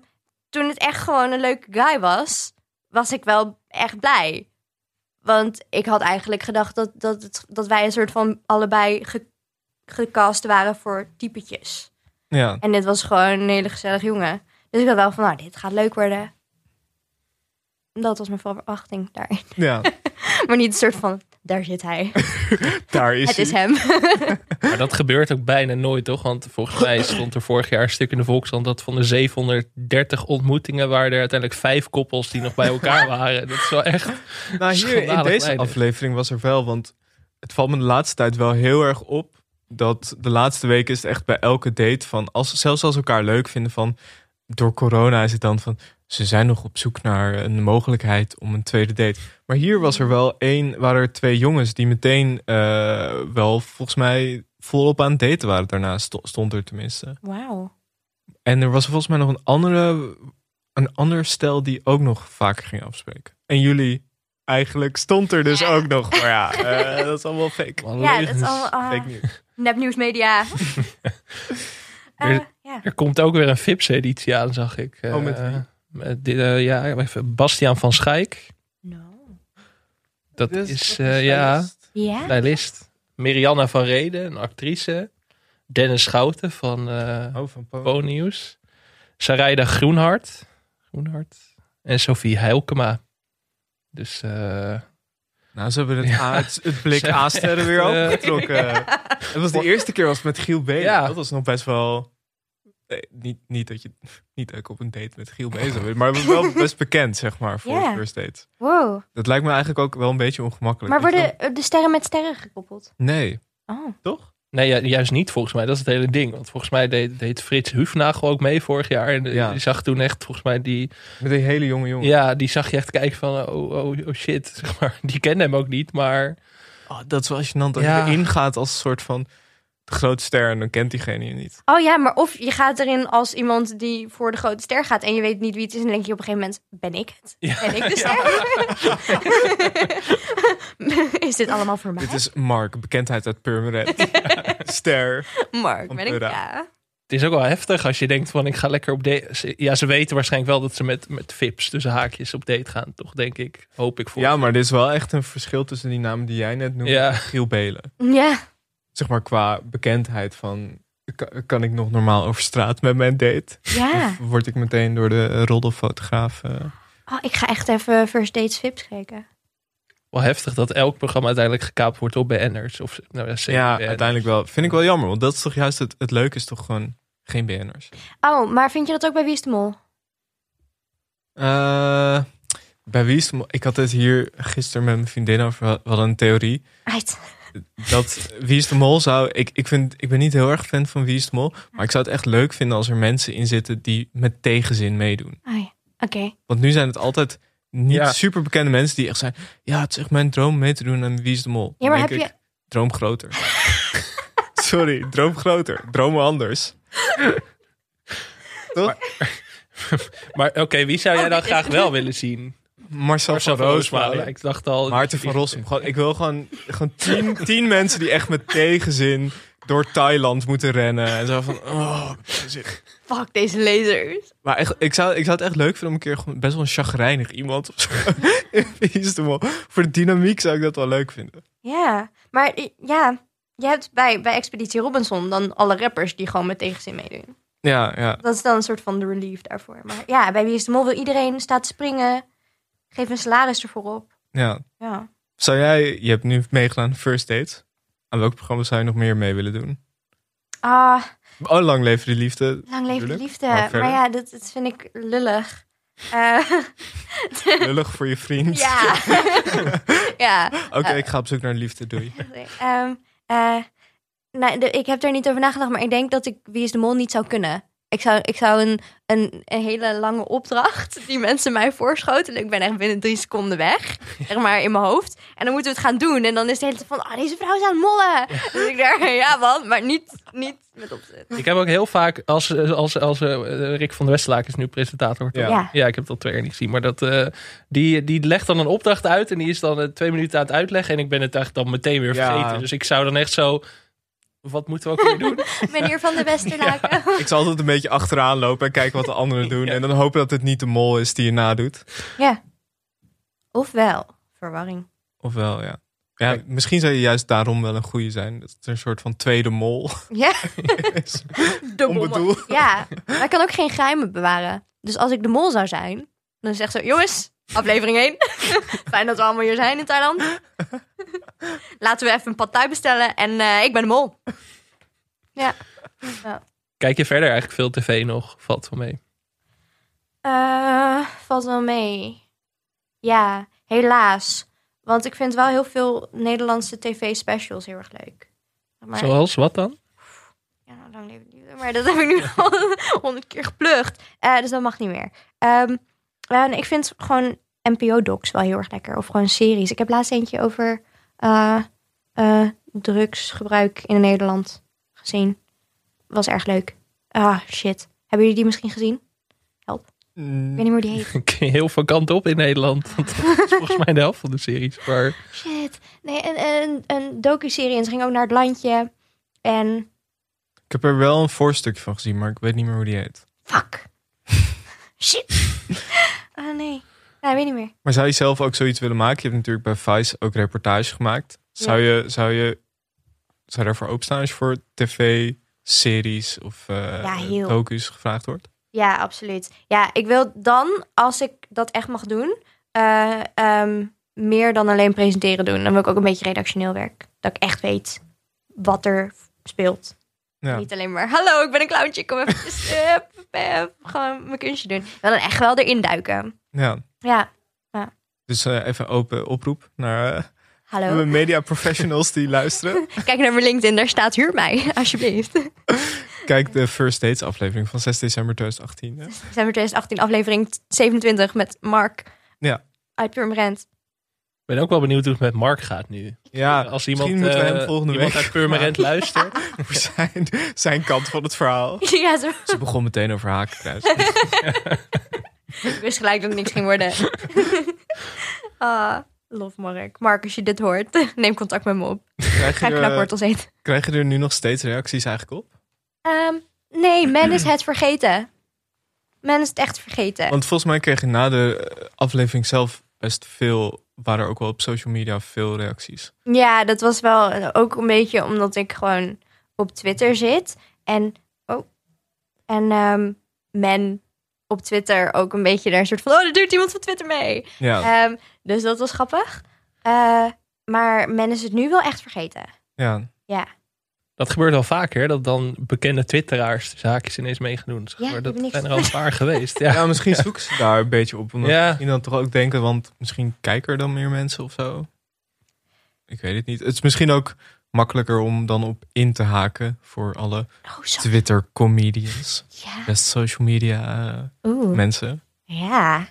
B: toen het echt gewoon een leuke guy was, was ik wel echt blij. Want ik had eigenlijk gedacht dat, dat, het- dat wij een soort van allebei ge- gecast waren voor typetjes.
A: Ja.
B: En dit was gewoon een hele gezellig jongen. Dus ik had wel van, nou, dit gaat leuk worden. Dat was mijn verwachting daarin.
A: ja,
B: Maar niet een soort van, daar zit hij.
A: daar is
B: het is
A: hij.
B: hem.
C: Maar dat gebeurt ook bijna nooit, toch? Want volgens mij stond er vorig jaar een stuk in de Volkskrant dat van de 730 ontmoetingen waren er uiteindelijk vijf koppels die nog bij elkaar waren. Dat is wel echt.
A: Nou, hier in
C: Schandalig
A: deze
C: leider.
A: aflevering was er wel, want het valt me de laatste tijd wel heel erg op. Dat de laatste weken is het echt bij elke date van, als, zelfs als ze elkaar leuk vinden van, door corona is het dan van, ze zijn nog op zoek naar een mogelijkheid om een tweede date. Maar hier was er wel één, waren er twee jongens die meteen eh, wel volgens mij volop aan het daten waren. Daarna sto- stond er tenminste.
B: Wauw.
A: En er was volgens mij nog een andere, een ander stel die ook nog vaker ging afspreken. En jullie eigenlijk stond er dus ook nog. Maar ja, eh, dat is allemaal fake.
B: Ja, dat is allemaal ah,
A: Fake nieuws.
B: nepnieuwsmedia. Eh,
C: Er-
B: ja.
C: Er komt ook weer een Vips-editie aan, zag ik.
A: Oh, met
C: Eh,
A: wie?
C: met dit, eh, ja, even Bastiaan van Schaik.
B: No.
C: Dat
A: Dus
C: is,
A: dat
C: eh,
A: is
C: ja,
A: best.
B: Ja?
C: stylist. Mirianna van Reden, een actrice. Dennis Schouten van eh
A: Oh, van Poon.
C: Po Nieuws. Sarayda Groenhart. Groenhart. En Sophie Heilkema. Dus eh,
A: Nou, ze hebben het,
C: Ja.
A: A- het, het blik
C: Ze
A: A-sterren weer
C: echt, eh,
A: opengetrokken. Het was de eerste keer was het met Giel Belen.
C: Ja.
A: Dat was nog best wel... eh, niet, niet dat je niet ook op een date met Giel bezig bent, maar wel best bekend, zeg maar, voor
B: Ja.
A: first dates.
B: Wow.
A: Dat lijkt me eigenlijk ook wel een beetje ongemakkelijk.
B: Maar
A: Dat je
B: worden eh, de sterren met sterren gekoppeld?
A: dan- Nee,
B: Oh.
A: toch?
C: nee, ju- juist niet volgens mij. Dat is het hele ding. Want volgens mij deed, deed Frits Hufnagel ook mee vorig jaar. En eh,
A: Ja.
C: die zag toen echt, volgens mij, die,
A: Met een hele jonge jongen.
C: ja, die zag je echt kijken van, eh, oh, oh, oh shit. Zeg maar, die kende hem ook niet, maar
A: Oh, dat is wel gênant als
C: Ja.
A: je erin gaat als een soort van de grote ster en dan kent diegene je niet.
B: Oh ja, maar of je gaat erin als iemand die voor de grote ster gaat en je weet niet wie het is. En dan denk je op een gegeven moment, ben ik het?
C: Ja.
B: Ben ik de ster? is dit allemaal voor mij?
A: Dit is Mark, bekendheid uit Purmerend. ster.
B: Mark, ben ik?
A: Pura.
B: Ja.
C: het is ook wel heftig als je denkt van, ik ga lekker op date. Ze- Ja, ze weten waarschijnlijk wel dat ze met, met vips tussen haakjes op date gaan. Toch denk ik, hoop ik voor.
A: Ja, maar dit is wel echt een verschil tussen die naam die jij net noemde
C: Ja.
A: en Giel Belen.
B: Ja.
A: Zeg maar qua bekendheid van, ka- kan ik nog normaal over straat met mijn date?
B: ja.
A: Of word ik meteen door de eh, roddelfotograaf... eh,
B: Oh, ik ga echt even First Dates Vips kijken.
C: Wel heftig dat elk programma uiteindelijk gekaapt wordt op BN'ers. Of, nou, ja, zeker
A: ja,
C: BN'ers.
A: uiteindelijk wel. Vind ik wel jammer, want dat is toch juist het, het leuke is toch gewoon geen BN'ers.
B: Oh, maar vind je dat ook bij Wie is de Mol?
A: Eh, bij wie is... Ik had het hier gisteren met mijn vriendin over. We hadden een theorie.
B: Uit.
A: Dat Wie is de Mol zou... Ik, ik, vind, ik ben niet heel erg fan van Wie is de Mol. Maar ik zou het echt leuk vinden als er mensen in zitten... die met tegenzin meedoen.
B: Ai, Oké.
A: Want nu zijn het altijd niet
C: Ja.
A: super bekende mensen die echt zijn... Ja, het is echt mijn droom mee te doen aan Wie is de Mol.
B: Ja, maar
A: Dan
B: heb
A: denk ik, Droom groter. Sorry, droom groter. Droom anders.
C: Maar oké, wie zou jij
B: Oh,
C: dan
B: dit-
C: graag wel willen zien?
A: Marcel,
C: Marcel van Roosmalen. Ik dacht al...
A: Maarten van Rossum. Gewoon, ik wil gewoon, gewoon tien, tien mensen die echt met tegenzin door Thailand moeten rennen. En zo van, oh, zeg.
B: Fuck deze lasers.
A: Maar echt, ik, zou, ik zou het echt leuk vinden om een keer gewoon best wel een chagrijnig iemand of zo. Wie is de mol? Voor de dynamiek zou ik dat wel leuk vinden.
B: Ja. Maar i- ja, je hebt bij, bij Expeditie Robinson dan alle rappers die gewoon met tegenzin meedoen.
A: Ja, ja.
B: Dat is dan een soort van de relief daarvoor. Maar ja, bij Wie is de Mol wil iedereen staat te springen. Geef een salaris ervoor op.
A: ja.
B: Ja.
A: Zou jij, je hebt nu meegedaan aan First Date. Aan welk programma zou je nog meer mee willen doen?
B: Ah,
A: Oh, Lang Leven de Liefde.
B: lang leven de
A: Tuurlijk,
B: liefde.
A: maar
B: Maar,
A: verder?
B: ja, dat, dat vind ik lullig. Eh,
A: Lullig voor je vriend.
B: ja. ja.
A: Oké, ik ga op zoek naar liefde, doei.
B: Ehm, eh, nou, de- ik heb er niet over nagedacht, maar ik denk dat ik Wie is de Mol niet zou kunnen. Ik zou, ik zou een, een, een hele lange opdracht die mensen mij voorschoten. en Ik ben echt binnen drie seconden weg, zeg maar, in mijn hoofd. En dan moeten we het gaan doen. En dan is de hele tijd van, ah, deze vrouw is aan het mollen. Dus ik daar, ja man, maar niet, niet met opzet.
C: Ik heb ook heel vaak, als, als, als eh, Rick van der Westlaak is nu presentator. toch?
A: Ja.
B: Ja.
C: ja, ik heb dat twee jaar niet gezien. Maar dat, eh, die, die legt dan een opdracht uit en die is dan eh, twee minuten aan het uitleggen. En ik ben het echt dan meteen weer
A: Ja.
C: vergeten. Dus ik zou dan echt zo... Wat moeten we ook weer doen?
B: Meneer van de Westerlaken.
A: Ik zal altijd een beetje achteraan lopen en kijken wat de anderen doen. En dan hopen dat het niet de mol is die je nadoet.
B: Ofwel, verwarring.
A: Of wel, ja. Ja, misschien zou je juist daarom wel een goede zijn. Dat het een soort van tweede mol
B: Ja,
A: is.
B: de mol.
A: Onbedoeld.
B: Ja, maar ik kan ook geen geheimen bewaren. Dus als ik de mol zou zijn, dan zegt ze... Jongens, aflevering 1. Fijn dat we allemaal hier zijn in Thailand. Laten we even een pad thai bestellen. En eh, ik ben de mol. Ja.
C: Kijk je verder eigenlijk veel tv nog? Valt wel mee.
B: Eh, valt wel mee. Ja, helaas. Want ik vind wel heel veel Nederlandse tv-specials heel erg leuk. Maar,
C: Zoals wat dan?
B: Ja, lang leven niet. Maar dat heb ik nu al honderd keer geplukt. Eh, dus dat mag niet meer. Ehm, en ik vind gewoon NPO-docs wel heel erg lekker. Of gewoon series. Ik heb laatst eentje over eh, eh, drugsgebruik in Nederland gezien. Was erg leuk. Ah, shit. Hebben jullie die misschien gezien? Ik weet niet meer hoe die heet.
C: Kun je heel veel kanten op in Nederland. Want dat is volgens mij de helft van de series. Maar
B: Shit. Nee, een, een, een docu-serie. En ze ging ook naar het landje. En
A: Ik heb er wel een voorstukje van gezien, maar ik weet niet meer hoe die heet.
B: fuck. Shit. Ah, nee. Nou, weet niet meer.
A: Maar zou je zelf ook zoiets willen maken? Je hebt natuurlijk bij Vice ook reportage gemaakt. Zou je, zou je zou je daarvoor openstaan als je voor tv, series of eh
B: Ja, heel.
A: docu's gevraagd wordt?
B: Ja, absoluut. Ja, ik wil dan, als ik dat echt mag doen, eh, ehm, meer dan alleen presenteren doen. Dan wil ik ook een beetje redactioneel werk. Dat ik echt weet wat er speelt.
A: Ja.
B: Niet alleen maar, hallo, ik ben een clowntje, kom even hup, hup, gewoon mijn kunstje doen. Ik wil dan echt wel erin duiken.
A: ja.
B: Ja,
A: Dus eh, even open oproep naar eh,
B: hallo.
A: de media professionals die luisteren.
B: Kijk naar mijn LinkedIn, daar staat huur mij, alsjeblieft.
A: Kijk de First Dates aflevering van 6 december 2018. hè?
B: December 2018, aflevering 27 met Mark.
A: Ja.
B: Uit Purmerend.
C: ik ben ook wel benieuwd hoe het met Mark gaat nu.
A: Ja,
C: Als
A: Nou, misschien
C: iemand,
A: moeten we
C: eh,
A: hem volgende
C: iemand
A: week
C: uit Purmerend luistert.
A: voor zijn, zijn kant van het verhaal.
B: ja, zo,
A: Ze begon meteen over hakenkruis.
B: ik wist gelijk dat het niks ging worden. Ah, love Mark. Mark, als je dit hoort, neem contact met me op.
A: Krijg je,
B: Ga
A: er,
B: knakwortels eten.
A: krijg je er nu nog steeds reacties eigenlijk op?
B: Ehm, nee, men is het vergeten. Men is het echt vergeten.
A: Want volgens mij kreeg je na de eh, aflevering zelf best veel, waren er ook wel op social media veel reacties.
B: Ja, dat was wel eh, ook een beetje omdat ik gewoon op Twitter zit. En, oh, en ehm, men op Twitter ook een beetje daar een soort van... Oh, er doet iemand van Twitter mee.
A: Ja,
B: Ehm, dus dat was grappig. Eh, maar men is het nu wel echt vergeten.
A: ja.
B: Ja,
C: Dat gebeurt wel vaker, hè, dat dan bekende twitteraars de zaakjes ineens mee gaan doen. Zeg
B: Ja,
C: maar,
B: die
C: dat
B: hebben niks
C: zijn er al een paar geweest. Ja.
A: ja misschien zoeken ze daar een beetje op. Omdat
C: Ja.
A: ze misschien dan toch ook denken, want misschien kijken er dan meer mensen of zo. Ik weet het niet. Het is misschien ook makkelijker om dan op in te haken voor alle
B: oh zo.
A: Twitter-comedians.
B: Ja.
A: Best social media eh,
B: Oeh.
A: mensen.
B: Ja.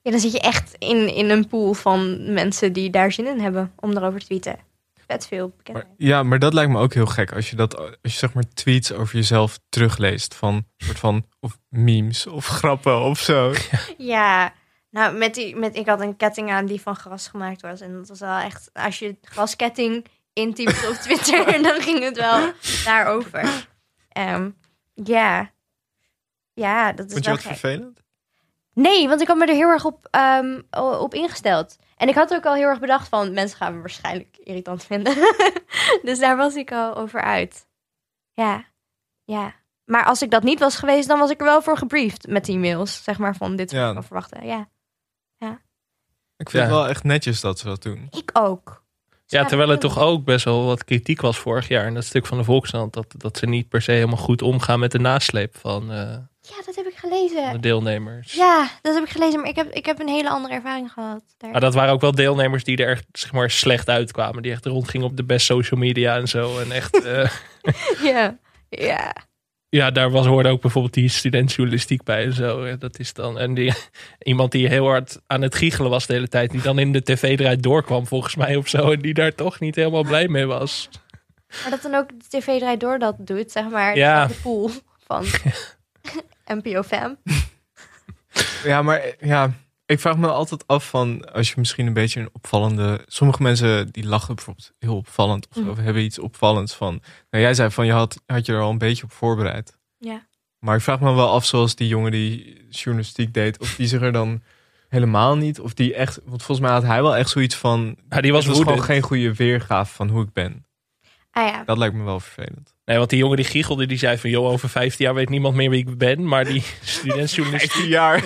B: Ja, dan zit je echt in, in een pool van mensen die daar zin in hebben om erover te tweeten. Vet veel
A: Maar,
B: bekendheid.
A: ja, maar dat lijkt me ook heel gek. Als je, dat, als je zeg maar tweets over jezelf terugleest van soort van of memes of grappen of zo.
B: Ja. Nou, met die, met, ik had een ketting aan die van gras gemaakt was. En dat was wel echt... Als je grasketting intypt op Twitter, dan ging het wel daarover. Ehm, ja. Ja, dat is
A: Vond je
B: wel
A: dat
B: gek.
A: vervelend?
B: Nee, want ik had me er heel erg op, ehm, o- op ingesteld. En ik had ook al heel erg bedacht van... mensen gaan me waarschijnlijk irritant vinden. dus daar was ik al over uit. Ja, ja. Maar als ik dat niet was geweest, dan was ik er wel voor gebriefd met die mails. Zeg maar van, dit is wat
A: Ja.
B: ik kan verwachten. Ja,
A: Ik vind
C: Ja.
A: het wel echt netjes dat ze dat doen.
B: ik ook.
C: Ja, terwijl er toch ook best wel wat kritiek was vorig jaar. En dat stuk van de Volkskrant, dat, dat ze niet per se helemaal goed omgaan met de nasleep van eh,
B: Ja, dat heb ik gelezen.
C: de deelnemers.
B: Ja, dat heb ik gelezen. Maar ik heb, ik heb een hele andere ervaring gehad. Daar.
C: Maar dat waren ook wel deelnemers die er echt zeg maar, slecht uitkwamen. Die echt rondgingen op de best social media en zo. En echt, eh,
B: Ja, ja.
C: ja, daar was, hoorde ook bijvoorbeeld die studentjournalistiek bij en zo. En Dat is dan, en die, iemand die heel hard aan het giechelen was de hele tijd. Die dan in de tv-draai doorkwam volgens mij of zo. En die daar toch niet helemaal blij mee was.
B: Maar dat dan ook de tv draait door dat doet, zeg maar.
C: Ja.
B: De pool van NPO-fam.
A: Ja, maar ja, ik vraag me altijd af van als je misschien een beetje een opvallende. Sommige mensen die lachen bijvoorbeeld heel opvallend of, zo,
B: Mhm.
A: of hebben iets opvallends van. Nou, jij zei van je had, had je er al een beetje op voorbereid.
B: Ja.
A: Maar ik vraag me wel af, zoals die jongen die journalistiek deed, of die zich er dan helemaal niet. Of die echt, want volgens mij had hij wel echt zoiets van.
C: Ja, die was,
A: het was
C: woedend.
A: gewoon geen goede weergave van hoe ik ben.
B: Ah ja.
A: Dat lijkt me wel vervelend.
C: Nee, want die jongen die giechelde, die zei van... joh, over 15 jaar weet niemand meer wie ik ben. Maar die studentsjournalist
A: 15 jaar.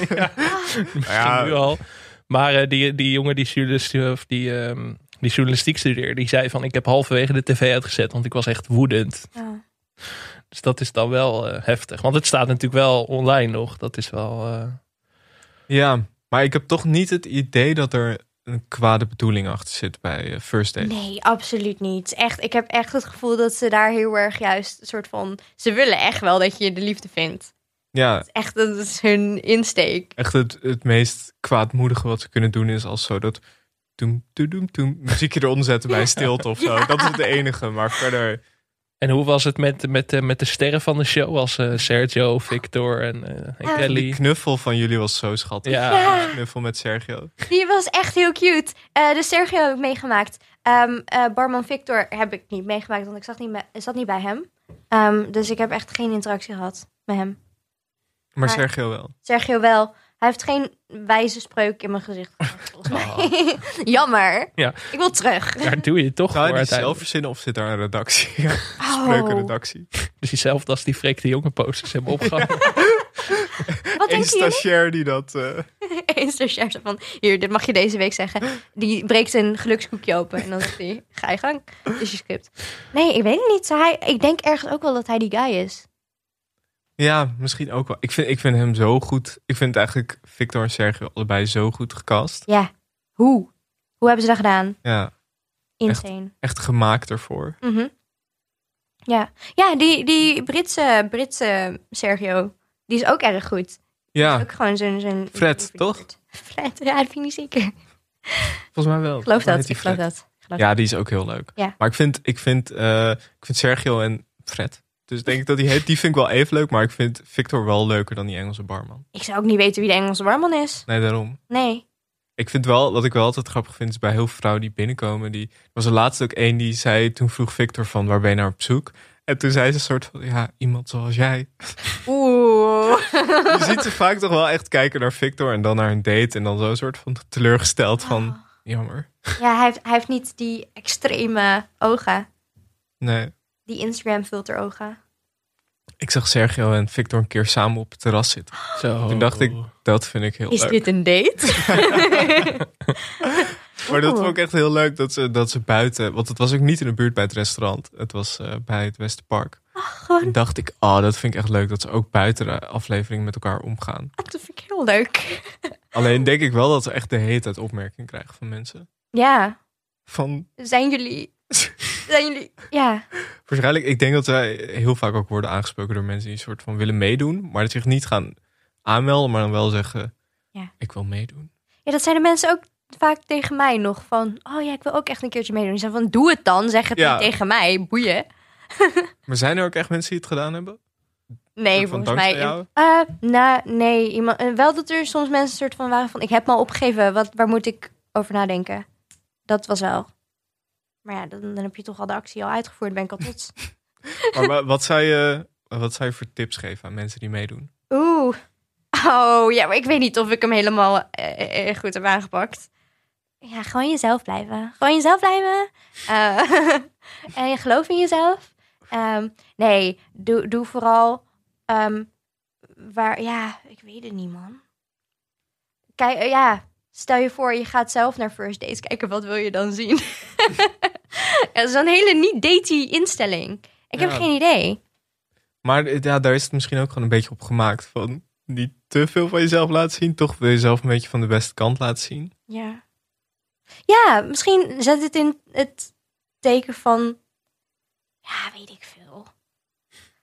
C: ja. nu al. Maar eh, die, die jongen die, journalist, of die, ehm, die journalistiek studeerde... die zei van, ik heb halverwege de tv uitgezet... want ik was echt woedend.
B: Ja.
C: Dus dat is dan wel eh, heftig. Want het staat natuurlijk wel online nog. Dat is wel... eh,
A: Ja, maar ik heb toch niet het idee dat er een kwade bedoeling achter zit bij eh, First Aid.
B: Nee, absoluut niet. Echt, ik heb echt het gevoel dat ze daar heel erg juist een soort van... Ze willen echt wel dat je de liefde vindt.
A: Ja,
B: Echt, dat is hun insteek.
A: echt het, het meest kwaadmoedige wat ze kunnen doen is als zo dat doem, doem, doem, doem, muziekje eronder zetten bij stilte of zo.
B: Ja.
A: Dat is het enige, maar verder...
C: En hoe was het met, met, eh, met de sterren van de show? Als eh, Sergio, Victor en, eh, en
B: Ja.
A: Die
C: Kelly.
A: knuffel van jullie was zo schattig.
C: Ja.
B: Ja.
A: Knuffel met Sergio.
B: Die was echt heel cute. Eh dus Sergio heb ik meegemaakt. Ehm, eh, Barman Victor heb ik niet meegemaakt, want ik zat niet, me- zat niet bij hem. Ehm, dus ik heb echt geen interactie gehad met hem.
A: Maar
B: Maar-
A: Sergio wel.
B: Sergio wel. Hij heeft geen wijze spreuk in mijn gezicht. gehad, volgens mij. Jammer.
C: Ja.
B: Ik wil terug.
C: Daar doe je het toch
A: Zou
C: voor
A: hij die
C: uiteindelijk.
A: zelf verzinnen of zit daar een redactie? Ja,
B: Oh,
A: Spreukenredactie.
C: Dus diezelfde als die frekte jongen posters hebben opgehangen.
B: wat
A: Eén
B: denken jullie?
A: stagiair die dat... eh,
B: Eens de chef zei van, hier, dit mag je deze week zeggen. Die breekt zijn gelukskoekje open en dan zegt hij, ga je gang. Dit is je script. Nee, ik weet het niet. Hij, ik denk ergens ook wel dat hij die guy is.
A: Ja, misschien ook wel. Ik vind, ik vind hem zo goed. Ik vind eigenlijk Victor en Sergio allebei zo goed gecast.
B: Ja, hoe? Hoe hebben ze dat gedaan?
A: Ja,
B: Insane.
A: echt gemaakt ervoor.
B: Mhm. Ja, ja die, die Britse, Britse Sergio, die is ook erg goed.
A: Ja,
B: Ook gewoon zo'n... zo'n
A: Fred, toch?
B: Fred, ja, dat vind ik niet zeker. Ik
A: volgens mij wel.
B: geloof
A: Volgens mij
B: dat,
A: heet
B: ik
A: hij
B: geloof
A: Fred.
B: dat. Ik geloof
A: Ja, die is ook heel leuk.
B: Ja.
A: Maar ik vind, ik, vind, eh, ik vind Sergio en Fred. Dus denk ik dat die heet. Die vind ik wel even leuk. Maar ik vind Victor wel leuker dan die Engelse barman.
B: Ik zou ook niet weten wie de Engelse barman is.
A: Nee, daarom.
B: Nee.
A: Ik vind wel, wat ik wel altijd grappig vind, is bij heel veel vrouwen die binnenkomen. Die, er was er laatst ook één die zei, toen vroeg Victor van, waar ben je naar op zoek? En toen zei ze een soort van, ja, iemand zoals jij.
B: Oeh.
A: Je ziet ze vaak toch wel echt kijken naar Victor en dan naar een date. En dan zo'n soort van teleurgesteld
B: Ah.
A: van, jammer.
B: Ja, hij heeft, hij heeft niet die extreme ogen.
A: Nee.
B: Die Instagram filter ogen.
A: Ik zag Sergio en Victor een keer samen op het terras zitten.
C: Zo.
A: Toen dacht
C: Oh.
A: ik, dat vind ik heel
B: Is
A: leuk.
B: dit een date?
A: Maar dat
B: Oeh.
A: vond ik echt heel leuk dat ze, dat ze buiten... Want het was ook niet in de buurt bij het restaurant. Het was eh, bij het Westenpark.
B: Gewoon,
A: Toen dacht ik, ah, dat vind ik echt leuk dat ze ook buiten de aflevering met elkaar omgaan.
B: dat vind ik heel leuk.
A: Alleen denk ik wel dat ze echt de hele tijd opmerking krijgen van mensen.
B: Ja,
A: Van,
B: zijn jullie... Zijn jullie... Ja.
A: waarschijnlijk, ik denk dat zij heel vaak ook worden aangesproken door mensen die een soort van willen meedoen. Maar dat zich niet gaan aanmelden, maar dan wel zeggen,
B: Ja.
A: ik wil meedoen.
B: ja, dat zijn de mensen ook vaak tegen mij nog. Van, oh ja, ik wil ook echt een keertje meedoen. Die zeggen van, doe het dan. Zeg het
A: Ja.
B: niet tegen mij. Boeien.
A: Maar zijn er ook echt mensen die het gedaan hebben?
B: Nee,
A: Van
B: volgens
A: dankzij
B: mij...
A: jou?
B: Eh, nou, nee. Iemand, eh, wel dat er soms mensen soort van waren van... Ik heb me al opgegeven. Wat, waar moet ik over nadenken? Dat was wel. Maar ja, dan, dan heb je toch al de actie al uitgevoerd. Ben ik al trots.
A: Maar wa- wat zou, je, wat zou je voor tips geven aan mensen die meedoen?
B: Oeh. Oh, ja, maar ik weet niet of ik hem helemaal eh, eh, goed heb aangepakt. Ja, gewoon jezelf blijven. Gewoon jezelf blijven. Eh, en je geloof in jezelf. Ehm, nee, doe, doe vooral ehm, waar... Ja, ik weet het niet, man. Kijk, eh, ja, stel je voor, je gaat zelf naar First Dates kijken. Wat wil je dan zien? Dat is een hele niet-datey instelling. Ik heb
A: Ja.
B: geen idee.
A: Maar eh, ja, daar is het misschien ook gewoon een beetje op gemaakt. Van niet te veel van jezelf laten zien. Toch wil je zelf een beetje van de beste kant laten zien.
B: Ja. Ja, misschien zet het in het teken van. Ja, weet ik veel.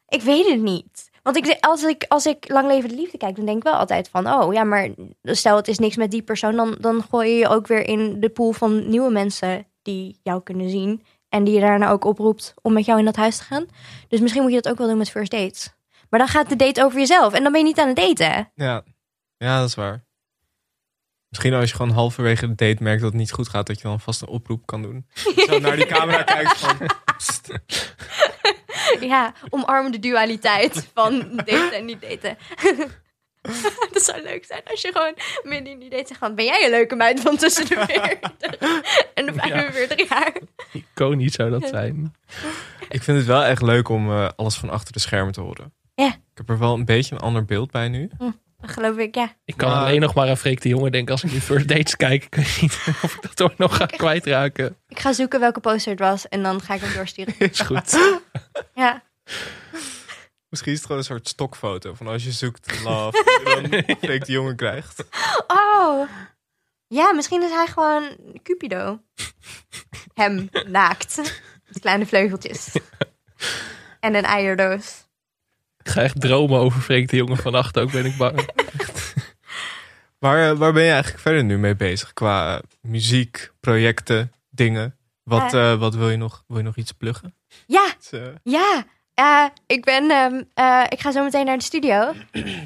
B: Ik weet het niet. Want ik, als, ik, als ik Lang Leven de Liefde kijk, dan denk ik wel altijd van... oh ja, maar stel het is niks met die persoon... dan, dan gooi je je ook weer in de pool van nieuwe mensen... die jou kunnen zien. En die je daarna ook oproept om met jou in dat huis te gaan. Dus misschien moet je dat ook wel doen met first dates. Maar dan gaat de date over jezelf. En dan ben je niet aan het daten.
A: Ja, ja dat is waar. Misschien als je gewoon halverwege de date merkt dat het niet goed gaat, dat je dan vast een oproep kan doen. Zo naar die camera kijkt van. "Psst."
B: Ja, omarm de dualiteit van daten en niet daten. dat zou leuk zijn als je gewoon midden in die date zegt van... Ben jij een leuke meid van tussen de 40 en de 45 jaar?
C: Iconisch zou dat zijn.
A: Ik vind het wel echt leuk om eh, alles van achter de schermen te horen.
B: Ja.
A: Ik heb er wel een beetje een ander beeld bij nu.
B: Dan geloof ik, ja.
C: Ik kan
A: Maar-
C: alleen nog maar aan Freek de Jonge denken als ik nu first dates kijk. Ik weet niet of ik dat ooit nog ga kwijtraken.
B: Ik ga zoeken welke poster het was en dan ga ik hem doorsturen.
C: Is goed.
B: Ja,
A: Misschien is het gewoon een soort stokfoto van als je zoekt love, dan Freek de jongen krijgt.
B: Oh. Ja, misschien is hij gewoon Cupido. Hem naakt. Met kleine vleugeltjes. En een eierdoos.
C: Ik ga echt dromen over Freek de Jonge vannacht ook, ben ik bang.
A: Waar, eh, waar ben je eigenlijk verder nu mee bezig qua eh, muziek, projecten, dingen? Wat, eh, wat wil je nog? Wil je nog iets pluggen?
B: Ja,
A: Het, eh,
B: ja. Eh, ik, ben, ehm, eh, ik ga zo meteen naar de studio.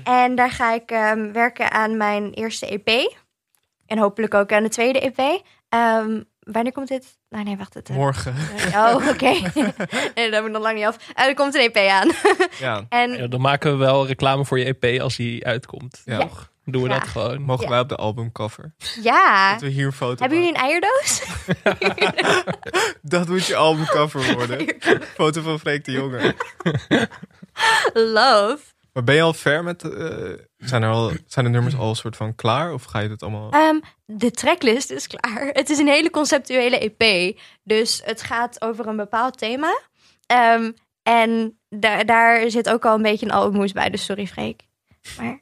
B: En daar ga ik ehm, werken aan mijn eerste EP. En hopelijk ook aan de tweede EP. Ehm, wanneer komt dit? Nou, nee, wacht. Het, eh,
A: morgen.
B: Oh, oké. nee, dat heb ik nog lang niet af. Eh, er komt een EP aan.
A: Ja.
B: en
C: Ja, dan maken we wel reclame voor je EP als die uitkomt.
A: Ja.
C: Toch? Doen we dat
B: Graag.
C: gewoon.
A: Mogen
B: Ja.
A: wij op de albumcover?
B: ja.
A: Dat we hier een foto
B: Ah. Hebben
A: maken.
B: jullie een eierdoos?
A: Dat moet je albumcover worden. foto van Freek de jongen.
B: Love.
A: Maar ben je al ver met... eh, zijn, er al, zijn de nummers al soort van klaar? Of ga je dit allemaal...
B: Ehm, de tracklist is klaar. Het is een hele conceptuele EP. Dus het gaat over een bepaald thema. Ehm, en da- daar zit ook al een beetje een almoes bij. Dus sorry, Freek. Maar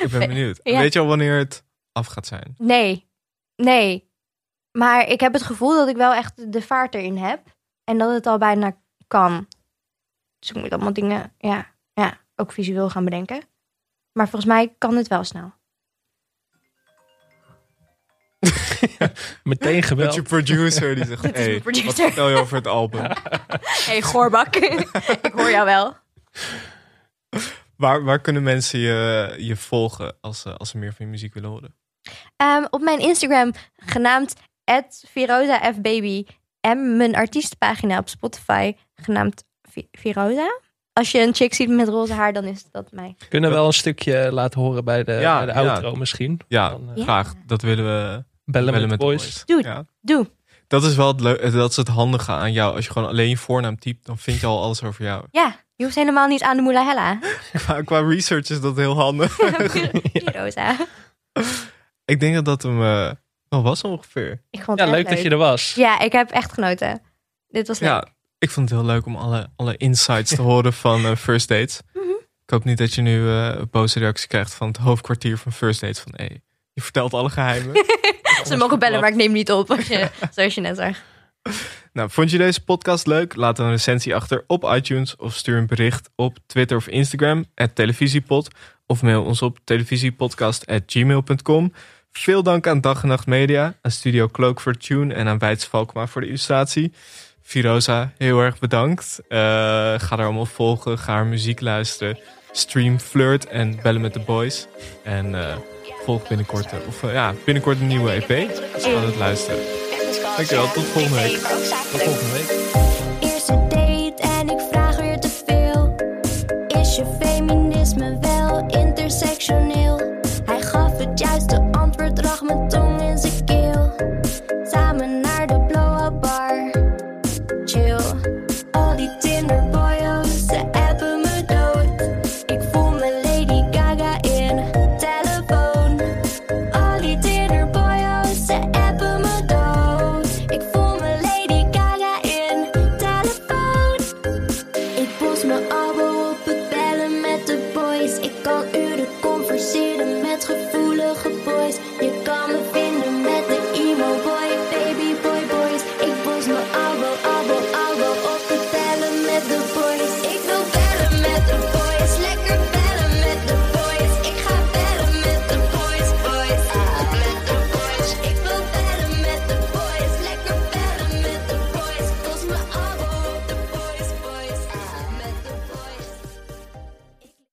A: Ik ben benieuwd.
B: Ja.
A: Weet je al wanneer het af gaat zijn?
B: nee. Nee. Maar ik heb het gevoel dat ik wel echt de vaart erin heb. En dat het al bijna kan. Dus ik moet allemaal dingen, ja, ja ook visueel gaan bedenken. Maar volgens mij kan het wel snel.
C: Meteen
A: Met
C: geweld.
A: je producer die zegt...
B: Dit is
A: hey,
B: mijn producer."
A: wat vertel je over het album?
B: hey, Goorbak. ik hoor jou wel.
A: Waar, waar kunnen mensen je, je volgen als, ze- als ze meer van je muziek willen horen?
B: Ehm, op mijn Instagram, genaamd @virozafbaby en mijn artiestenpagina op Spotify, genaamd Vi- Viroza. Als je een chick ziet met roze haar, dan is dat mij.
C: Kunnen we wel een stukje laten horen bij de,
A: Ja,
C: bij de
A: ja.
C: outro misschien?
A: Ja,
C: Dan, eh,
B: Ja.
A: graag. Dat willen we
C: bellen,
A: willen
C: met, de boys.
A: boys.
B: Doe het.
A: Ja.
B: Doe.
A: Dat is wel het leuke. Dat is het handige aan jou. Als je gewoon alleen je voornaam typt, dan vind je al alles over jou.
B: Ja, je hoeft helemaal niet aan de Moela Hella.
A: Qua, qua research is dat heel handig.
B: Viroza.
A: Ik denk dat dat hem eh, wel was ongeveer.
B: Ik vond het
C: Ja,
B: echt
C: leuk dat je er was.
B: Ja, ik heb echt genoten. Dit was leuk.
A: Ja, ik vond het heel leuk om alle, alle insights te horen van eh, First Dates. Ik hoop niet dat je nu eh, een boze reactie krijgt van het hoofdkwartier van First Dates. Van hé, je vertelt alle geheimen.
B: Ze mogen bellen, maar ik neem niet op. als je- Zoals je net zag.
A: Nou, vond je deze podcast leuk? Laat een recensie achter op iTunes of stuur een bericht op Twitter of Instagram, at televisiepod. Of mail ons op televisiepodcast.gmail.com. Veel dank aan Dag en Nacht Media, aan Studio Cloak voor Tune en aan Weids Valkma voor de illustratie. Firoza, heel erg bedankt. Eh, ga haar allemaal volgen, ga haar muziek luisteren. Stream, flirt en bellen met de boys. En eh, volg binnenkort, eh, of, eh, ja, binnenkort een nieuwe EP. Dus ga het luisteren. Dankjewel, tot volgende week.
D: Tot
C: Volgende week.
D: Eerste date en ik vraag weer te veel. Is je feminisme wel intersectioneel?